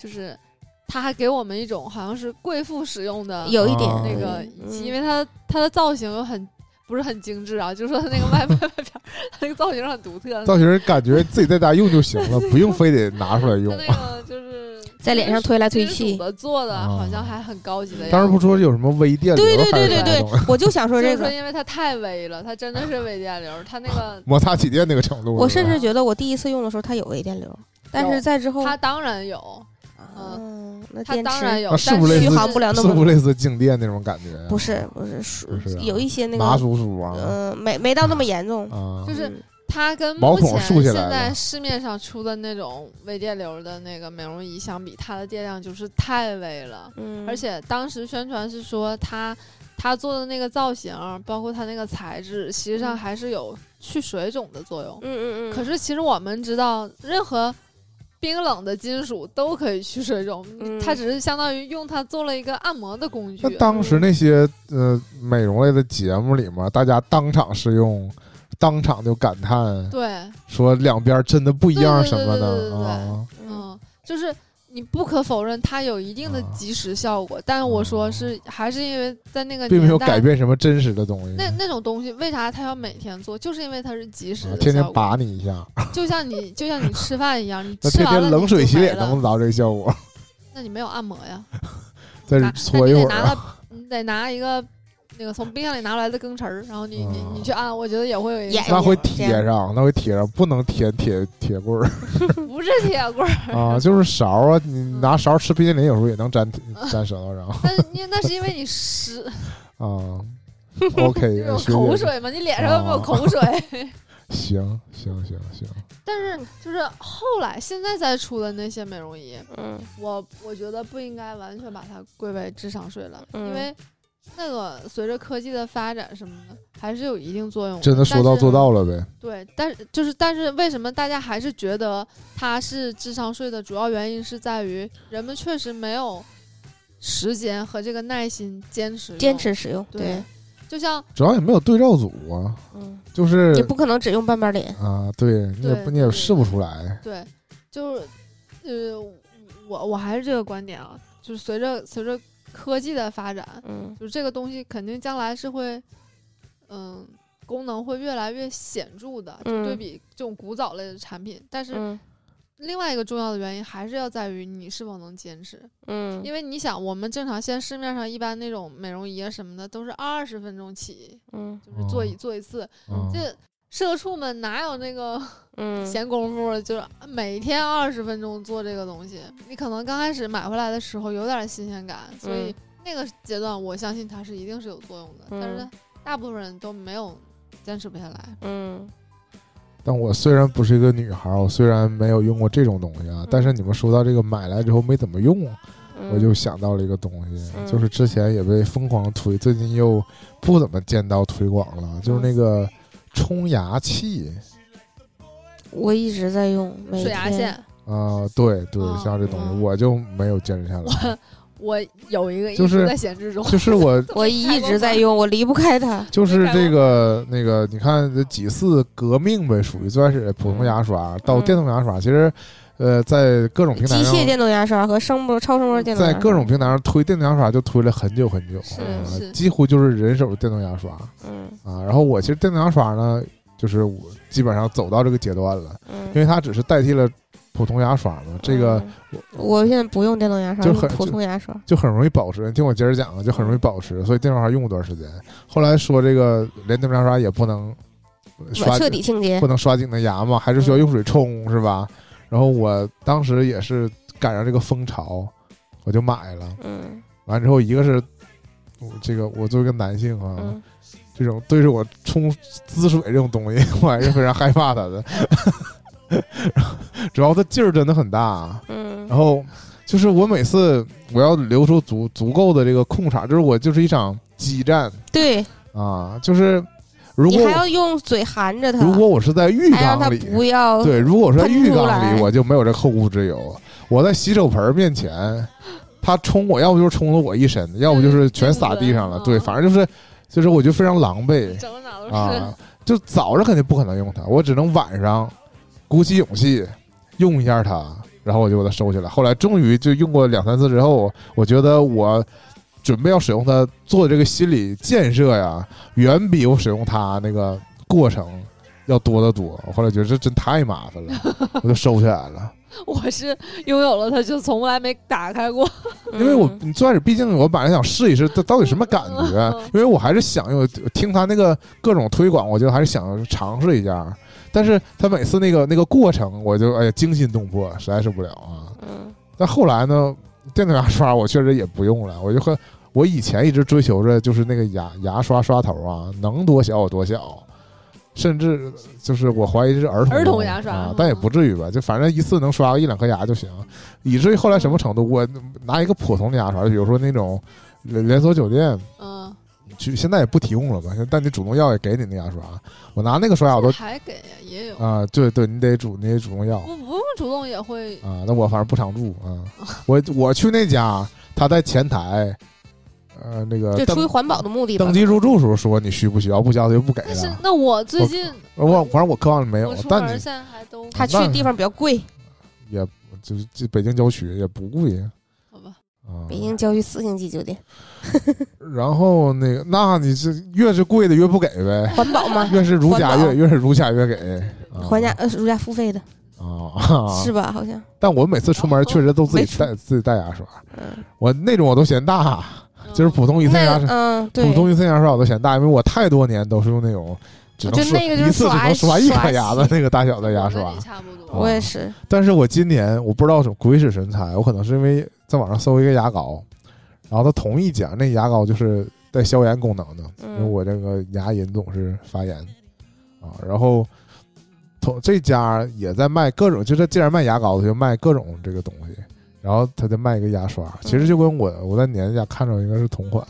S3: 就是它还给我们一种好像是贵妇使用的
S2: 有一点
S1: 啊
S3: 那
S1: 嗯
S3: 个仪器，因
S2: 为
S3: 为它它的造型又很不是很精致啊，就是说它 那个外外外边儿它那个造型很独特，
S1: 造型感觉自己在家用就行了，不用非得拿出来
S3: 它
S1: 用。
S3: 那个就是
S2: 在脸上推来推
S3: 金属
S2: 去。
S3: 的做的，
S1: 啊
S3: 好像还很高级的样子。
S1: 当时不说有什么微电流
S2: 对对
S1: 还
S2: 对
S1: 是
S2: 对
S1: 啥
S2: 对
S1: 东西，，
S2: 我就想说
S3: 就是
S2: 这
S3: 说，
S2: 个。
S3: 因为它太微了，它真的是微电流，它那个
S1: 摩擦起电那个程度。
S2: 我甚
S1: 是吧
S2: 至觉得我第一次用的时候它有微电流，但是在之后，
S3: 它当然有，
S2: 嗯，那
S3: 它
S2: 电
S3: 当然
S2: 池
S3: 有，
S1: 那是不是
S3: 但
S1: 类
S2: 续
S1: 似
S2: 航不了那
S1: 是不
S2: 么，
S1: 是类似静电那种感觉啊？
S2: 不是不是，是
S1: 不是啊
S2: 有一些那
S1: 麻
S2: 个，
S1: 叔叔啊
S2: 嗯，没没到那么严重，
S1: 啊
S3: 就！是
S2: 嗯
S3: 它跟
S1: 毛
S3: 目
S1: 孔
S3: 前
S1: 竖起
S3: 现
S1: 来了
S3: 在市面上出的那种微电流的那个美容仪相比，它的电量就是太微了。
S2: 嗯，
S3: 而且当时宣传是说它它做的那个造型，包括它那个材质，实际上还是有去水肿的作用。
S2: 嗯嗯嗯嗯，
S3: 可是其实我们知道，任何冰冷的金属都可以去水肿，
S2: 嗯
S3: 它只是相当于用它做了一个按摩的工具
S1: 那。当时那些呃美容类的节目里面，大家当场试用，当场就感叹
S3: 对，
S1: 说两边真的不一样什么
S3: 对对对对
S1: 的
S3: 对对
S1: 啊！
S2: 嗯
S3: 嗯，就是你不可否认它有一定的
S1: 啊
S3: 即时效果，但我说是还是因为在那个
S1: 并没有
S3: 年代
S1: 改变什么真实的东西，
S3: 那那种东西，为啥它要每天做？就是因为它是及时
S1: 啊
S3: 的、
S1: 天天，拔你一下，
S3: 就像你 就像你吃饭一样，你
S1: 那
S3: 吃
S1: 天
S3: 完了
S1: 天
S3: 啊你
S1: 冷水
S3: 就
S1: 洗
S3: 没
S1: 脸
S3: 了
S1: 能不能达到这个效果？
S3: 那你没有按摩呀？
S1: 在这
S3: 拿
S1: 搓一
S3: 那你
S1: 会儿
S3: 得 拿
S1: 啊，
S3: 到，你得拿一个那个从冰箱里拿出来的羹匙儿，然后你你
S1: 嗯
S3: 你去按，我觉得也会有影
S2: 也
S3: 响
S1: 那会
S2: 这
S1: 贴上，那会贴上，不能贴铁铁棍 儿
S3: 不是铁棍儿，
S1: 啊，就是勺啊，你
S3: 嗯
S1: 拿勺吃冰淇淋有时候也能粘粘舌头上
S3: 但是你那是因为 你湿
S1: 啊。OK，
S3: 有
S1: 学
S3: 口
S1: 姐
S3: 水嘛，你脸上有没有
S1: 啊
S3: 口水？
S1: 行行行行，
S3: 但是就是后来现在再出的那些美容仪，
S2: 嗯
S3: 我我觉得不应该完全把它归为智商税了，
S2: 嗯
S3: 因为那个随着科技的发展什么的，还是有一定作用的。
S1: 真的说
S3: 但
S1: 到
S3: 是
S1: 做。到了呗。
S3: 对，但是就是但是为什么大家还是觉得它是智商税的主要原因是在于人们确实没有时间和这个耐心坚持
S2: 坚
S3: 用。
S2: 持使用，
S3: 对
S2: 对，
S3: 就像
S1: 主要也没有对照组啊，
S2: 嗯，
S1: 就是
S2: 也不可能只用半边脸，
S1: 啊，对你也
S3: 对
S1: 不你也
S3: 对
S1: 试不出来，
S3: 对，就是呃，我我还是这个观点啊，就是随着随着科技的发展，
S2: 嗯
S3: 就是这个东西肯定将来是会，嗯，功能会越来越显著的，就
S2: 嗯
S3: 对比这种古早类的产品。但是
S2: 嗯
S3: 另外一个重要的原因还是要在于你是否能坚持，
S2: 嗯，
S3: 因为你想，我们正常现在市面上一般那种美容仪啊什么的都是二十分钟起，
S2: 嗯
S3: 就是做一
S1: 哦
S3: 做一次，
S1: 嗯
S3: 这。社畜们哪有那个
S2: 嗯
S3: 闲工夫儿？就是每天二十分钟做这个东西，你可能刚开始买回来的时候有点新鲜感，所以
S2: 嗯
S3: 那个阶段，我相信它是一定是有作用的，
S2: 嗯
S3: 但是大部分人都没有坚持不下来。
S2: 嗯
S1: 但我虽然不是一个女孩儿，我虽然没有用过这种东西啊，
S3: 嗯
S1: 但是你们说到这个买来之后没怎么用，
S2: 嗯，
S1: 我就想到了一个东西，
S2: 嗯
S1: 就是之前也被疯狂推，最近又不怎么见到推广了，就是那个冲牙器
S2: 我一直在用，每
S3: 水牙
S2: 天，
S3: 线，
S1: 啊、对对，
S3: 哦
S1: 像这东西
S3: 嗯
S1: 我就没有坚持下来，
S3: 我有一个一
S1: 嗯就是
S3: 直在闲置 中，
S1: 就是我
S2: 我一直在用，我离不开它，
S1: 就是这个那个，你看这几次革命呗，属于最开始普通牙刷到
S2: 嗯
S1: 电动牙刷，其实，呃，在各种平台
S2: 机械
S1: 上，
S2: 电动牙刷和声波超声波电动牙
S1: 在
S2: 刷，
S1: 各种平台上推电动牙刷就推了很久很久，
S2: 是
S1: 啊
S3: 是
S1: 几乎就是人手电动牙刷
S2: 嗯
S1: 啊。然后我其实电动牙刷呢，就是我基本上走到这个阶段了，因
S2: 嗯，
S1: 为它只是代替了普通牙刷嘛，这个
S2: 嗯我现在不用电动牙刷，
S1: 就
S2: 用
S1: 很
S2: 普通牙刷，
S1: 就很容易保持。你听我接着讲啊，就很容易保持，所以电动牙刷用过一段时间。后来说这个连电动牙刷也不能刷
S2: 彻底清洁
S1: 不，能刷紧的牙嘛，还是需要
S2: 嗯
S1: 用水冲，是吧？然后我当时也是赶上这个风潮，我就买了。
S2: 嗯
S1: 完之后，一个是我这个我作为一个男性啊，
S2: 嗯，
S1: 这种对着我冲滋水这种东西， 我还是非常害怕它的。 主要它劲儿真的很大，
S2: 嗯，
S1: 然后就是我每次我要留出足足够的这个空场，就是我就是一场激战
S2: 对
S1: 啊，就是如
S2: 你
S1: 果
S2: 还要用嘴含着它，
S1: 如果我是在浴
S2: 还让它
S1: 缸里，
S2: 不要，
S1: 对，如果说
S2: 喷
S1: 浴
S2: 出
S1: 缸里，
S2: 来
S1: 我就没有这后顾之忧。我在洗手盆儿面前，他冲我，要不就是冲了我一身，要不就是全洒地上了。
S2: 啊
S3: 嗯
S1: 对，反正就是，就是我就非常狼狈
S3: 整的哪都
S1: 啊
S3: 是。。
S1: 就早上肯定不可能用它，我只能晚上鼓起勇气用一下它，然后我就把它收起来。后来终于就用过两三次之后，我觉得我。准备要使用它做这个心理建设呀，远比我使用它那个过程要多得多。我后来觉得这真太麻烦了，我就收起来了。
S3: 我是拥有了它，就从来没打 开过。
S1: 因为我
S2: 嗯
S1: 你最开始毕竟我本来想试一试它到底什么感觉，因为我还是想用听他那个各种推广，我就还是想尝试一下。但是他每次那个那个过程，我就哎呀惊心动魄，实在受不了啊。
S2: 嗯
S1: 但后来呢，电动牙刷我确实也不用了，我就和我以前一直追求着就是那个牙牙刷刷头啊，能多小有多小，甚至就是我怀疑这是儿童
S3: 儿童牙刷
S1: 啊
S3: 嗯，
S1: 但也不至于吧，就反正一次能刷个一两颗牙就行，以至于后来什么程度，我拿一个普通的牙刷，比如说那种连连锁酒店。
S3: 嗯，
S1: 就现在也不提供了吧？但你主动要也给你那牙刷，我拿那个刷牙我都
S3: 还给呀也有，
S1: 啊、对对，你得主你得主动要
S3: 不不用主动也会。
S1: 嗯啊。那我反正不常住啊，我我去那家，他在前台，呃，那个
S2: 就出于
S1: 登
S2: 环保的目的吧
S1: 登，记入住时候说你需不需要，不需要他就不给
S3: 但是
S1: 了。
S3: 那我最近
S1: 啊我反正我客望里没有
S3: 我，出门
S1: 但
S3: 儿
S1: 你
S3: 现在还都
S1: 啊
S2: 他去的地方比较贵，
S1: 也就是这北京郊区也不贵
S3: 好吧，
S1: 啊。
S2: 北京郊区四星级酒店，
S1: 然后那个，那你是越是贵的越不给呗，
S2: 环保吗？
S1: 越是如家
S2: 环保
S1: 越越是如家越给。啊
S2: 还价呃如家付费的
S1: 啊啊！
S2: 是吧？好像，
S1: 但我每次出门确实都自
S2: 没
S1: 己
S2: 出
S1: 带自己带牙刷，
S2: 嗯，
S1: 我那种我都嫌大，就是普通一次
S2: 那
S1: 牙
S2: 个
S1: 刷，
S2: 嗯，对，
S1: 普通一次牙刷我都嫌大，因为我太多年都是用那种只能
S2: 就那个就是
S1: 一次只能
S2: 刷
S1: 刷一
S2: 刷
S1: 颗牙的那个大小的牙
S3: 我
S1: 刷
S3: 跟你。差不多。哦
S2: 我也是，
S1: 但是我今年我不知道什么鬼使神差，我可能是因为在网上搜一个牙膏，然后它同一家那牙膏就是带消炎功能的，因为
S2: 嗯，
S1: 我这个牙龈总是发炎啊。然后同这家也在卖各种，就是既然卖牙膏，他就卖各种这个东西，然后他就卖一个牙刷，其实就跟我我在年家看着应该是同款，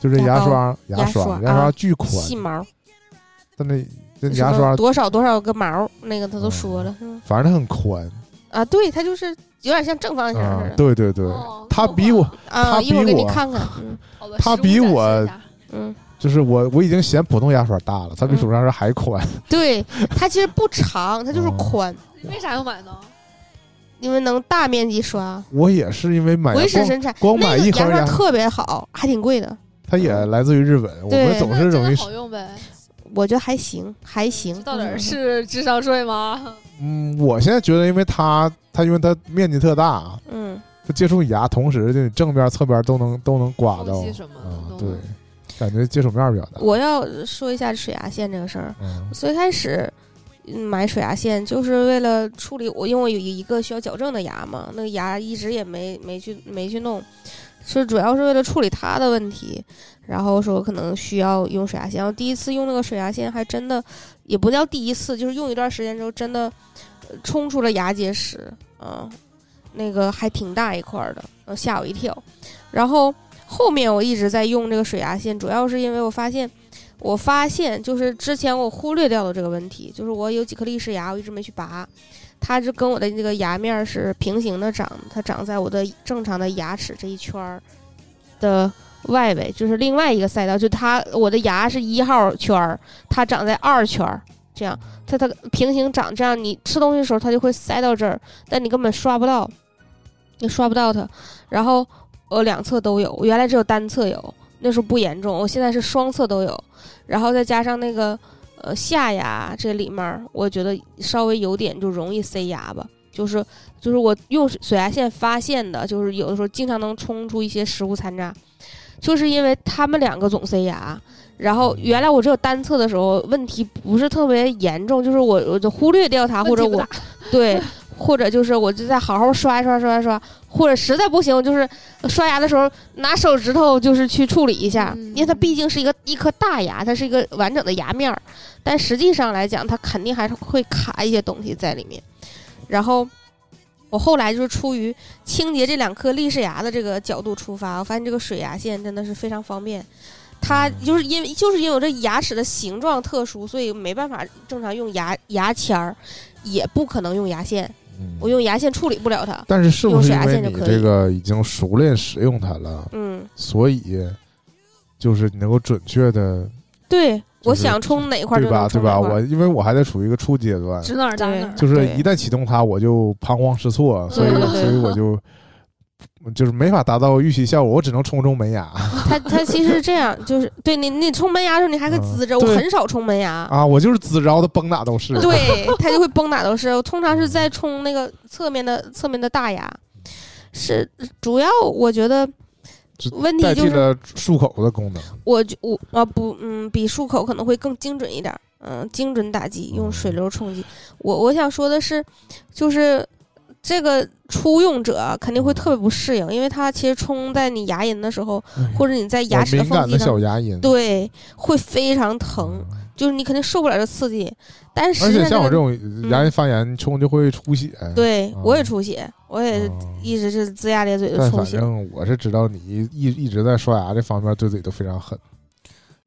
S1: 就是
S2: 牙
S1: 牙
S2: 膏
S1: 刷
S2: 牙
S1: 刷
S2: 刷
S1: 牙刷
S2: 啊
S1: 巨宽，
S2: 细毛，
S1: 但那那
S2: 什
S1: 牙
S2: 么
S1: 刷嗯
S2: 多少多少个毛，那个他都说了，是吗？
S1: 反正它很宽
S2: 啊，对，它就是有点像正方形
S1: 啊
S2: 似，的
S1: 对对对，
S3: 哦
S1: 它
S3: 那
S1: 比我。
S2: 啊，
S1: 它
S2: 一会儿
S1: 比
S2: 给你
S1: 我
S2: 看看，嗯
S3: 好吧
S1: 他
S3: 实物
S1: 比
S3: 展示
S1: 我
S3: 一下
S2: 嗯。
S1: 就是我我已经嫌普通牙刷大了，它比
S2: 嗯
S1: 普通牙刷还宽。
S2: 对，它其实不长，它就是
S1: 哦
S2: 宽，
S3: 你为啥要买呢？
S2: 因为能大面积刷，
S1: 我也是因为买
S2: 鬼使
S1: 哎光
S2: 神差。
S1: 光
S2: 那
S1: 买
S2: 个
S1: 一盒
S2: 牙
S1: 牙
S2: 刷，特别好，还挺贵的，
S1: 它也来自于日本，我
S2: 对
S1: 们总
S3: 那
S1: 是
S3: 真
S1: 容易
S3: 的好用呗，
S2: 我觉得还行，还行。
S3: 到底
S2: 嗯
S3: 儿是智商税吗？
S1: 嗯，我现在觉得因为它它因为它面积特大，
S2: 嗯，
S1: 它接触你牙，同时就你正边侧边都能都能刮到
S3: 缝隙什么的
S1: 啊，
S3: 都
S1: 对
S3: 能，
S1: 感觉接触面比较大。
S2: 我要说一下水牙线这个事儿。
S1: 嗯
S2: 最开始嗯买水牙线就是为了处理我，因为我有一个需要矫正的牙嘛，那个牙一直也没没去没去弄，是主要是为了处理它的问题。然后说可能需要用水牙线，然后第一次用那个水牙线还真的也不叫第一次，就是用一段时间之后真的呃冲出了牙结石，啊，那个还挺大一块儿的，呃吓我一跳。然后后面我一直在用这个水牙线，主要是因为我发现我发现就是之前我忽略掉的这个问题，就是我有几颗历史牙，我一直没去拔，它就跟我的那个牙面儿是平行的长，它长在我的正常的牙齿这一圈儿的外围，就是另外一个赛道，就它我的牙是一号圈儿，它长在二圈儿。这样，它它平行长，这样你吃东西的时候它就会塞到这儿，但你根本刷不到，你刷不到它。然后我两侧都有，我原来只有单侧有，那时候不严重，我现在是双侧都有。然后再加上那个呃下牙这里面儿，我觉得稍微有点就容易塞牙吧，就是就是我用水牙线发现的，就是有的时候经常能冲出一些食物残渣，就是因为他们两个总塞牙。然后原来我只有单侧的时候，问题不是特别严重，就是我我就忽略掉它，
S3: 问
S2: 或
S3: 题
S2: 者
S3: 不
S2: 我
S3: 大
S2: 对，或者就是我就再好好刷一刷刷一刷，或者实在不行，我就是刷牙的时候拿手指头就是去处理一下，
S3: 嗯
S2: 因为它毕竟是一个一颗大牙，它是一个完整的牙面儿，但实际上来讲，它肯定还是会卡一些东西在里面。然后我后来就是出于清洁这两颗立式牙的这个角度出发，我发现这个水牙线真的是非常方便。它就是因为就是因为我这牙齿的形状特殊，所以没办法正常用牙牙签儿，也不可能用牙线。
S1: 嗯
S2: 我用牙线处理不了它。
S1: 但是是不是因
S2: 用水牙
S1: 为
S2: 线就
S1: 你
S2: 可以
S1: 这个已经熟练使用它了，
S2: 嗯，
S1: 所以就是你能够准确的，
S2: 对，我
S1: 就是
S2: 想冲哪块儿
S1: 对
S2: 就
S1: 吧？
S2: 能
S1: 对
S2: 冲哪
S1: 吧？
S2: 块
S1: 我
S2: 儿。
S1: 因为我还在处于一个初阶段，
S3: 指哪儿打哪儿，
S1: 就是
S2: 对
S1: 一旦启动它，我就彷徨失措，所以
S2: 对对对
S1: 所以我就就是没法达到预期效果，我只能冲中门牙
S2: 它它其实是这样，就是对你你冲门牙的时候，你还可以
S1: 嗯
S2: 滋着。我
S1: 对
S2: 很少冲门牙，
S1: 啊！我就是滋着的嗯崩哪都是。
S2: 对，它就会崩哪都是。我通常是在冲那个侧面的侧面的大牙，是主要我觉得
S1: 这
S2: 问
S1: 代
S2: 题
S1: 替
S2: 就是
S1: 了漱口的功能，
S2: 我觉我啊不嗯，比漱口可能会更精准一点儿，嗯，精准打击，用
S1: 哦
S2: 水流冲击。我我想说的是，就是这个初用者啊肯定
S1: 嗯
S2: 会特别不适应，因为它其实冲在你牙龈的时候，或者你在牙
S1: 我
S2: 齿
S1: 哎
S2: 的
S1: 敏
S2: 缝
S1: 感
S2: 隙
S1: 的
S2: 上，
S1: 小牙龈
S2: 对，会非常疼，
S1: 嗯
S2: 就是你肯定受不了这刺激。但是
S1: 而
S2: 实际
S1: 且
S2: 上、
S1: 像我这种牙龈
S2: 嗯
S1: 发炎冲就会出血，
S2: 对、
S1: 啊
S2: 我也出血，我也是
S1: 啊
S2: 一直是龇牙咧嘴的
S1: 但
S2: 出
S1: 反
S2: 血
S1: 正我是知道你一一一直在刷牙这方面对自己都非常狠，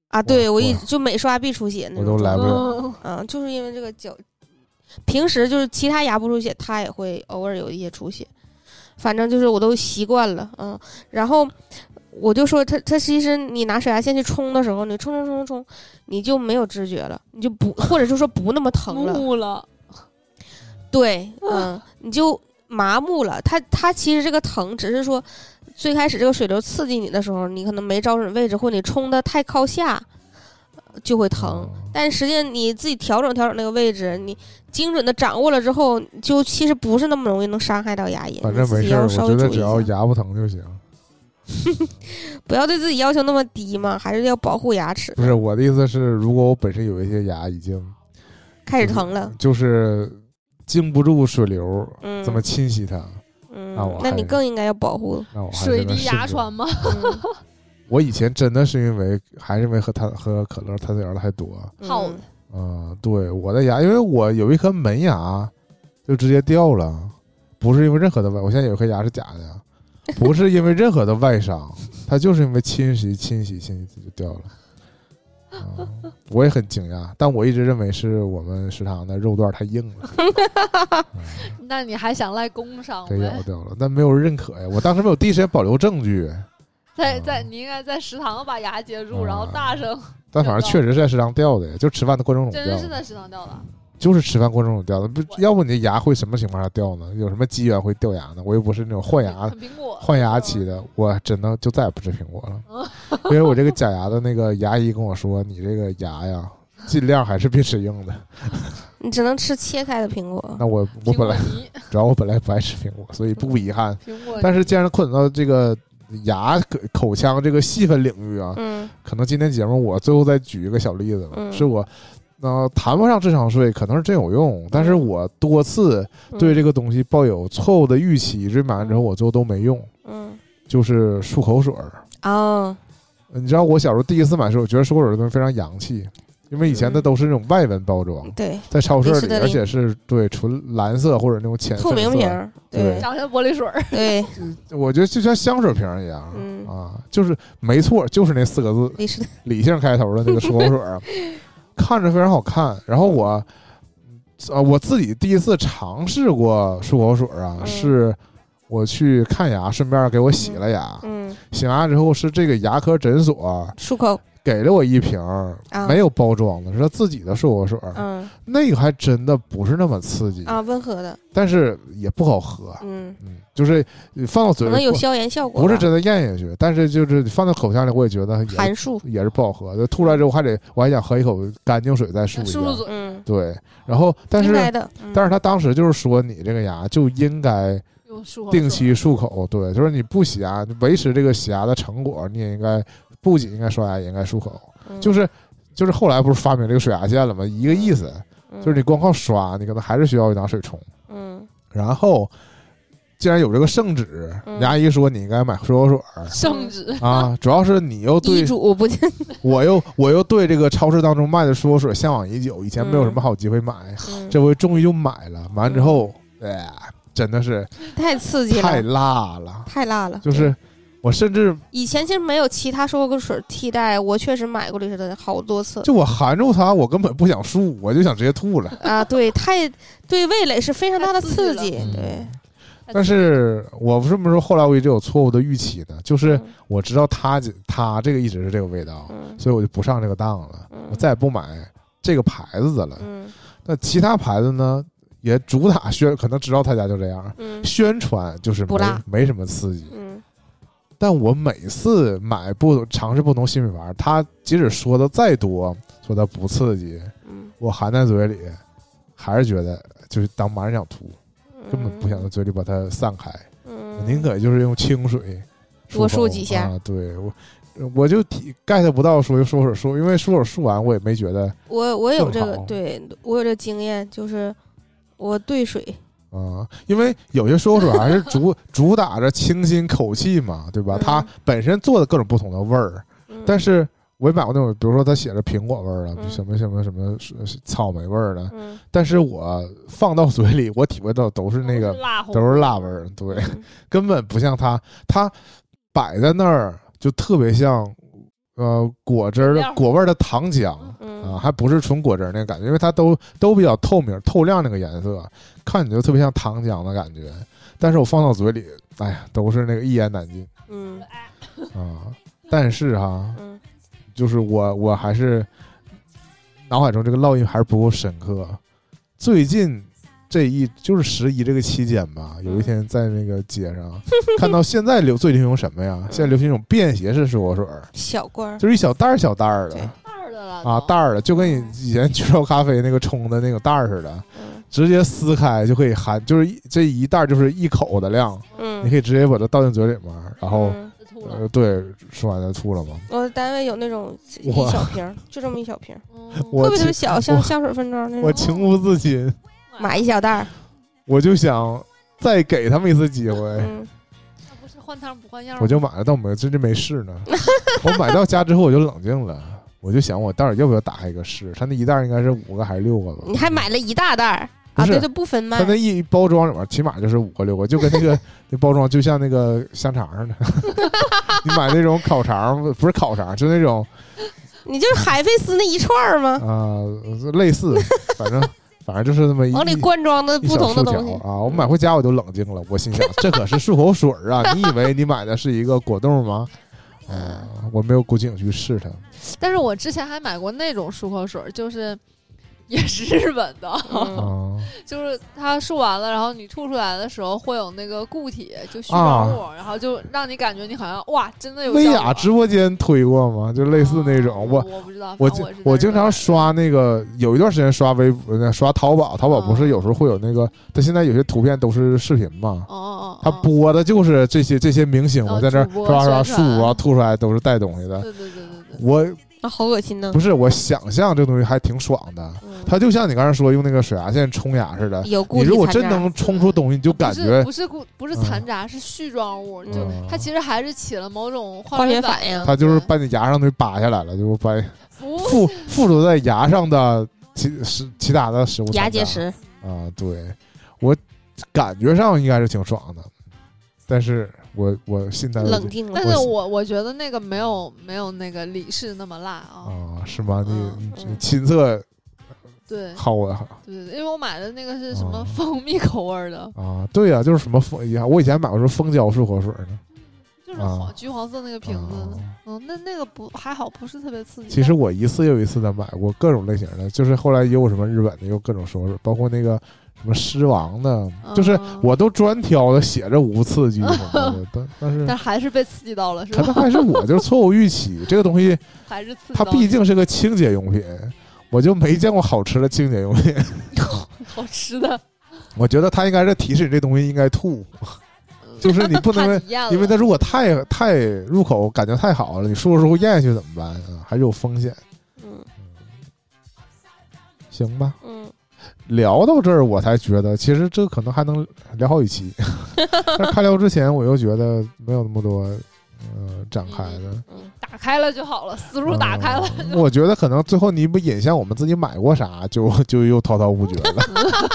S2: 啊！对我一
S1: 我
S2: 就每刷必出血那
S1: 我
S2: 种
S1: 都
S2: 状
S1: 来
S2: 态
S1: 啊不了
S3: 嗯
S2: 嗯，就是因为这个脚，平时就是其他牙不出血，它也会偶尔有一些出血，反正就是我都习惯了，嗯，然后我就说它它其实你拿水牙线去冲的时候，你冲冲冲冲冲，你就没有知觉了，你就不或者就说不那么疼了，
S3: 木了，
S2: 对，嗯，你就麻木了。它它其实这个疼只是说，最开始这个水流刺激你的时候，你可能没找准位置，或你冲的太靠下，呃就会疼。
S1: 嗯
S2: 但实际上你自己调整调整那个位置，你精准的掌握了之后，就其实不是那么容易能伤害到牙龈。
S1: 反正
S2: 你自
S1: 没
S2: 己
S1: 事
S2: 要
S1: 儿，
S2: 稍
S1: 我
S2: 微
S1: 觉得
S2: 注意
S1: 只
S2: 一
S1: 要
S2: 下
S1: 牙不疼就行。
S2: 不要对自己要求那么低嘛，还是要保护牙齿。
S1: 不是我的意思是，如果我本身有一些牙已经
S2: 开始
S1: 就是
S2: 疼了，
S1: 就是经不住水流
S2: 嗯，
S1: 怎么侵袭它，
S2: 嗯
S1: 啊我，
S2: 那你
S1: 还
S2: 更应该要保护。
S1: 那我还
S3: 水
S1: 真的
S3: 滴
S1: 试
S3: 牙
S1: 试
S3: 穿吗？
S2: 嗯
S1: 我以前真的是因为还是因为喝碳喝可乐碳水化合物太多啊、
S3: 好
S2: 嗯
S1: 嗯对我的牙，因为我有一颗门牙就直接掉了，不是因为任何的外，我现在有一颗牙是假的，不是因为任何的外伤，它就是因为侵袭侵袭侵袭就掉了。嗯我也很惊讶，但我一直认为是我们食堂的肉段太硬了，
S3: 那你还想赖工伤
S1: 给咬
S3: 呗？
S1: 掉了，但没有人认可呀。我当时没有第一时间保留证据，
S3: 在
S1: 嗯
S3: 在，你应该在食堂把牙接住，然后
S1: 啊
S3: 大声，
S1: 但反正确实是在食堂掉的，就吃饭的过程中掉
S3: 真
S1: 的。
S3: 是在食堂掉的。
S1: 就是吃饭过程中掉的，不
S3: 我，
S1: 要不你的牙会什么情况下掉呢？有什么机缘会掉牙呢？我又不是那种换牙
S3: 啃苹果，
S1: 换牙期的，我真的就再也不吃苹果了，因为我这个假牙的那个牙医跟我说，你这个牙呀，尽量还是别吃硬的。
S2: 你只能吃切开的苹果。
S1: 那我我
S3: 苹
S1: 本
S3: 果
S1: 来
S3: 泥，
S1: 主要我本来不爱吃苹果，所以不遗憾。
S3: 苹果泥。
S1: 但是既然困到这个牙口口腔这个细分领域啊，
S2: 嗯
S1: 可能今天节目我最后再举一个小例子吧，
S2: 嗯
S1: 是我。呃，谈不上智商税，可能是真有用，但是我多次对这个东西抱有错误的预期，以至于买完之后我最后都没用，
S2: 嗯
S1: 就是漱口水儿。
S2: 哦，
S1: 呃你知道我小时候第一次买时候，我觉得漱口水儿东西非常洋气，因为以前它
S2: 嗯
S1: 都是那种外文包装，
S2: 对，
S1: 在超市
S2: 迪士
S1: 里，
S2: 德
S1: 而
S2: 林
S1: 且是对纯蓝色或者那种浅
S2: 透
S1: 粉
S2: 明
S1: 色
S2: 瓶儿，
S1: 对
S2: 对
S3: 长像玻璃水儿，
S2: 对，
S1: 我觉得就像香水瓶儿一样、
S2: 嗯
S1: 啊，就是没错，就是那四个字
S2: 李氏
S1: 理性开头的那个漱口水 儿，看着非常好看。然后我，呃，我自己第一次尝试过漱口水儿啊，
S2: 嗯
S1: 是我去看牙，顺便给我洗了牙。
S2: 嗯，
S1: 洗完牙之后是这个牙科诊所
S2: 漱口，
S1: 给了我一瓶儿
S2: 啊
S1: 没有包装的，是他自己的漱口水儿，
S2: 嗯
S1: 那个还真的不是那么刺激，
S2: 啊，温和的，
S1: 但是也不好喝。
S2: 嗯，
S1: 嗯，就是放到嘴
S2: 可
S1: 里
S2: 能有
S1: 不
S2: 消炎效果吧，
S1: 不是真的咽下去，但是就是放到口腔里，我也觉得也
S2: 含漱，
S1: 也是不好喝。就吐出来之后，还得我还想喝一口干净水再漱
S3: 漱
S1: 一下。
S3: 漱嘴。
S2: 嗯，
S1: 对，然后但
S2: 应
S1: 是
S2: 该嗯的，
S1: 但是他当时就是说，你这个牙就应该
S3: 用漱口水
S1: 定期漱口。对，就是你不洗牙，维持这个洗牙的成果，你也应该不仅应该刷牙，也应该漱口。
S2: 他
S1: 就是就是后来不是发明这个水牙线了吗？一个意思，就是你，光靠刷，你可能还是需要一拿水冲。
S2: 嗯
S1: 然后。既然有这个圣旨，
S2: 嗯
S1: 牙医说你应该买漱口水 儿
S3: 圣旨，
S1: 啊，主要是你又
S2: 嗯，医
S1: 对
S2: 嘱不，
S1: 我又我又对这个超市当中卖的漱口水向往已久，以前没有
S2: 嗯
S1: 什么好机会买，
S2: 嗯
S1: 这回终于就买了。买完之后，哎呀，真的是
S2: 太刺激
S1: 太
S2: 了，
S1: 辣了，
S2: 太辣了，
S1: 就是我甚至
S2: 以前其实没有其他漱口水替代，我确实买过李氏德好多次
S1: 就我含住它，我根本不想漱，我就想直接吐了。
S2: 啊，对，太对味蕾是非常大的刺激
S1: 嗯，
S2: 对，
S1: 但
S3: 哎
S1: 是我为什么说后来我一直有错误的预期呢？就是我知道它它这个一直是这个味道，
S2: 嗯
S1: 所以我就不上这个当了，
S2: 嗯
S1: 我再也不买这个牌子的了。
S2: 嗯
S1: 那其他牌子呢，也主打宣，可能知道他家就这样。
S2: 嗯
S1: 宣传就是
S2: 不
S1: 没
S2: 辣
S1: 没什么刺激，
S2: 嗯
S1: 但我每次买不尝试不同新品牌，它即使说的再多，说它不刺激，
S2: 嗯，
S1: 我含在嘴里，还是觉得就是当马上想吐，
S2: 嗯
S1: 根本不想在，嘴里把它散开，我
S2: 嗯，
S1: 宁可就是用清水
S2: 多
S1: 漱口
S2: 漱几下
S1: 啊。对我，我就体 get 不到说用漱口漱，因为漱口漱完我也没觉得
S2: 我我有
S1: 更
S2: 这个
S1: 好，
S2: 对我有这经验，就是我兑水，
S1: 啊、因为有些漱口水还是 主主打着清新口气嘛，对吧？
S2: 嗯
S1: 它本身做的各种不同的味儿，
S2: 嗯、
S1: 但是我也买过那种，比如说它写着苹果味儿的，
S2: 嗯
S1: 什么什么什么草莓味儿的，
S2: 嗯，
S1: 但是我放到嘴里，我体会到都是那
S3: 都
S1: 个
S3: 是辣红
S1: 都是辣味儿，对，
S2: 嗯
S1: 根本不像它，它摆在那儿就特别像呃果汁儿
S3: 饮
S1: 的
S3: 料
S1: 果味儿的糖浆。
S2: 嗯
S1: 啊，还不是纯果汁儿那个感觉，因为它都都比较透明、透亮那个颜色，看起来就特别像糖浆的感觉。但是我放到嘴里，哎呀，都是那个一言难尽
S2: 嗯
S3: 哎
S1: 啊。但是哈、
S2: 嗯
S1: 就是我我还啊是脑海中这个烙印还是不够深刻。最近这一就是十一这个期间吧，有
S2: 嗯
S1: 一天在那个街上看到现在流最流行什么呀？现在流行一种便携式漱口水儿，
S2: 小罐儿，
S1: 就是一小袋儿小袋儿的
S3: 袋儿的了
S1: 啊，
S3: 都
S1: 袋儿的，就跟你以前雀巢咖啡那个冲的那个袋儿似的，
S2: 嗯
S1: 直接撕开就可以含，就是一这一袋儿就是一口的量，
S2: 嗯，
S1: 你可以直接把它倒进嘴里面，然后
S2: 嗯
S3: 吐了
S1: 呃，对，说完再吐了嘛。
S2: 我单位有那种一
S1: 哇
S2: 小瓶儿，就这么一小瓶儿，
S3: 嗯
S1: 我
S2: 特别
S1: 去
S2: 特别小，像
S1: 我
S2: 香水分装那
S1: 我
S2: 种，
S1: 情不自禁，
S2: 买一小袋儿，
S1: 我就想再给他们一次机会。
S2: 嗯，
S3: 那不是换汤不换药吗，
S1: 我就买了，但我们真真没试呢。 我买到家之后我就冷静了，我就想我到底要不要打开一个试？他那一袋应该是五个还是六个吧？
S2: 你还买了一大袋儿
S1: 不
S2: 啊？
S1: 是
S2: 对对，不分卖
S1: 他，那一包装里面起码就是五个六个，就跟 那个那包装就像那个香肠似的。 你买那种烤肠不是烤肠，就那种
S2: 你就是海飞丝那一串儿吗？
S1: 啊、呃类似，反正反正就是那么一
S2: 往里灌装的
S1: 一
S2: 不
S1: 小
S2: 同
S1: 竖
S2: 的
S1: 条
S2: 东西，
S1: 啊！我买回家我就冷静了，我心想这可是漱口水儿啊！你以为你买的是一个果冻吗？啊、
S3: 嗯
S1: 我没有鼓起勇气试它。
S3: 但是我之前还买过那种漱口水儿，就是也是日本 的，哦
S2: 嗯
S1: 啊
S3: 就是它漱完了，然后你吐出来的时候会有那个固体，就絮
S1: 啊
S3: 状物，然后就让你感觉你好像哇，真的有
S1: 薇
S3: 效
S1: 娅
S3: 果
S1: 直播间推过吗？就类似那种，
S3: 啊
S1: 我
S3: 我不知道，
S1: 我
S3: 反正
S1: 经
S3: 我是在
S1: 我
S3: 日
S1: 经
S3: 本
S1: 常刷那个，有一段时间刷微博呃刷淘宝，淘宝不是
S3: 嗯
S1: 有时候会有那个，它现在有些图片都是视频嘛，
S3: 哦哦哦，
S1: 它播的就是这些这些明星，
S3: 哦
S1: 我在那儿
S3: 主播
S1: 刷刷
S3: 宣
S1: 漱
S3: 传
S1: 啊吐出来都是带东西的。
S3: 对对对对对，
S1: 我
S2: 啊，好恶心呢
S1: 不，是我想象这东西还挺爽的，
S3: 嗯
S1: 它就像你刚才说用那个水牙线冲牙似的，
S2: 有
S1: 你
S2: 固体
S1: 如果
S2: 残
S1: 真
S2: 渣，
S1: 能冲出东西，你就感
S3: 不是
S1: 觉
S3: 不是固不是
S1: 嗯
S3: 残渣，是絮状物，就
S1: 嗯
S3: 它其实还是起了某种
S2: 化学
S3: 学
S2: 反应
S1: 它就是
S3: 啊对
S1: 把你牙上东西扒下来了，就把
S3: 不
S1: 附附着在牙上的其是其他的食物残
S2: 牙
S1: 渣
S2: 结石，
S1: 啊，对我感觉上应该是挺爽的，但是我我现在
S2: 冷静了
S3: 但，是
S1: 我
S3: 我我觉得那个没有没有那个李氏那么辣啊，
S1: 啊是吗？你
S3: 嗯
S1: 你
S2: 嗯
S1: 你亲测
S3: 对
S1: 好我
S3: 对对，对因为我买的那个是什么
S1: 哦
S3: 蜂蜜口味儿的，
S1: 啊，对呀、就是什么蜂呀，我以前买过什么蜂胶漱口水呢，
S3: 就是
S1: 啊
S3: 黄橘黄色那个瓶子，
S1: 啊
S3: 嗯，那那个不还好，不是特别刺激。
S1: 其实我一次又一次的买过各种类型的，就是后来也有什么日本的，也有各种说包括那个什么狮王的，
S3: 嗯
S1: 就是我都专挑的，写着无刺激什么的，但但是
S3: 但还是被刺激到了，是
S1: 可
S3: 吧？
S1: 能还是我就是错误预期，这个东西
S3: 还是刺激
S1: 它
S3: 到了。
S1: 毕竟是个清洁用品，我就没见过好吃的清洁用品，
S3: 好吃的，
S1: 我觉得它应该是提示你这东西应该吐，就是你不
S3: 怕
S1: 能。
S3: 你咽了，
S1: 因为它如果太太入口感觉太好了，你漱漱漱咽下去怎么办啊？还是有风险，
S2: 嗯
S1: 行吧？
S2: 嗯，
S1: 聊到这儿，我才觉得其实这可能还能聊好几 期。但开聊之前，我又觉得没有那么多呃展开的。
S3: 嗯打开了就好了，思路打开了。
S1: 嗯我觉得可能最后你不引向我们自己买过啥，就 就又滔滔不绝了。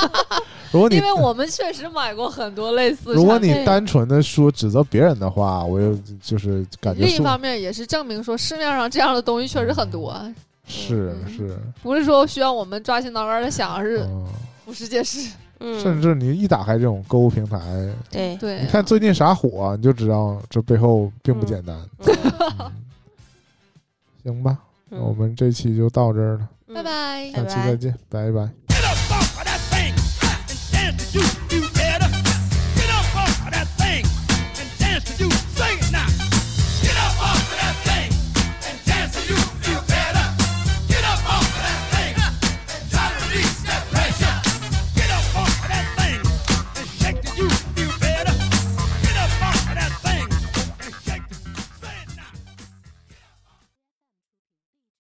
S1: 如果你
S3: 因为我们确实买过很多类似产品。
S1: 如果你单纯的说指责别人的话，我又就是感觉
S3: 另一
S1: 是
S3: 方面也是证明说市面上这样的东西确实很多，
S1: 是
S3: 嗯
S1: 是，
S3: 不是说需要我们抓心挠肝的想，而是
S1: 嗯，
S3: 俯视皆是。
S2: 嗯，
S1: 甚至你一打开这种购物平台，
S2: 对，
S3: 对，
S1: 你看最近啥火，你就知道这背后并不简单。
S2: 嗯
S1: 嗯行吧，那我
S2: 嗯
S1: 们这期就到这儿了，
S3: 拜。拜。
S1: 下期
S2: 拜拜
S1: 再见，拜拜。
S4: Get up off of that thing and dance to you.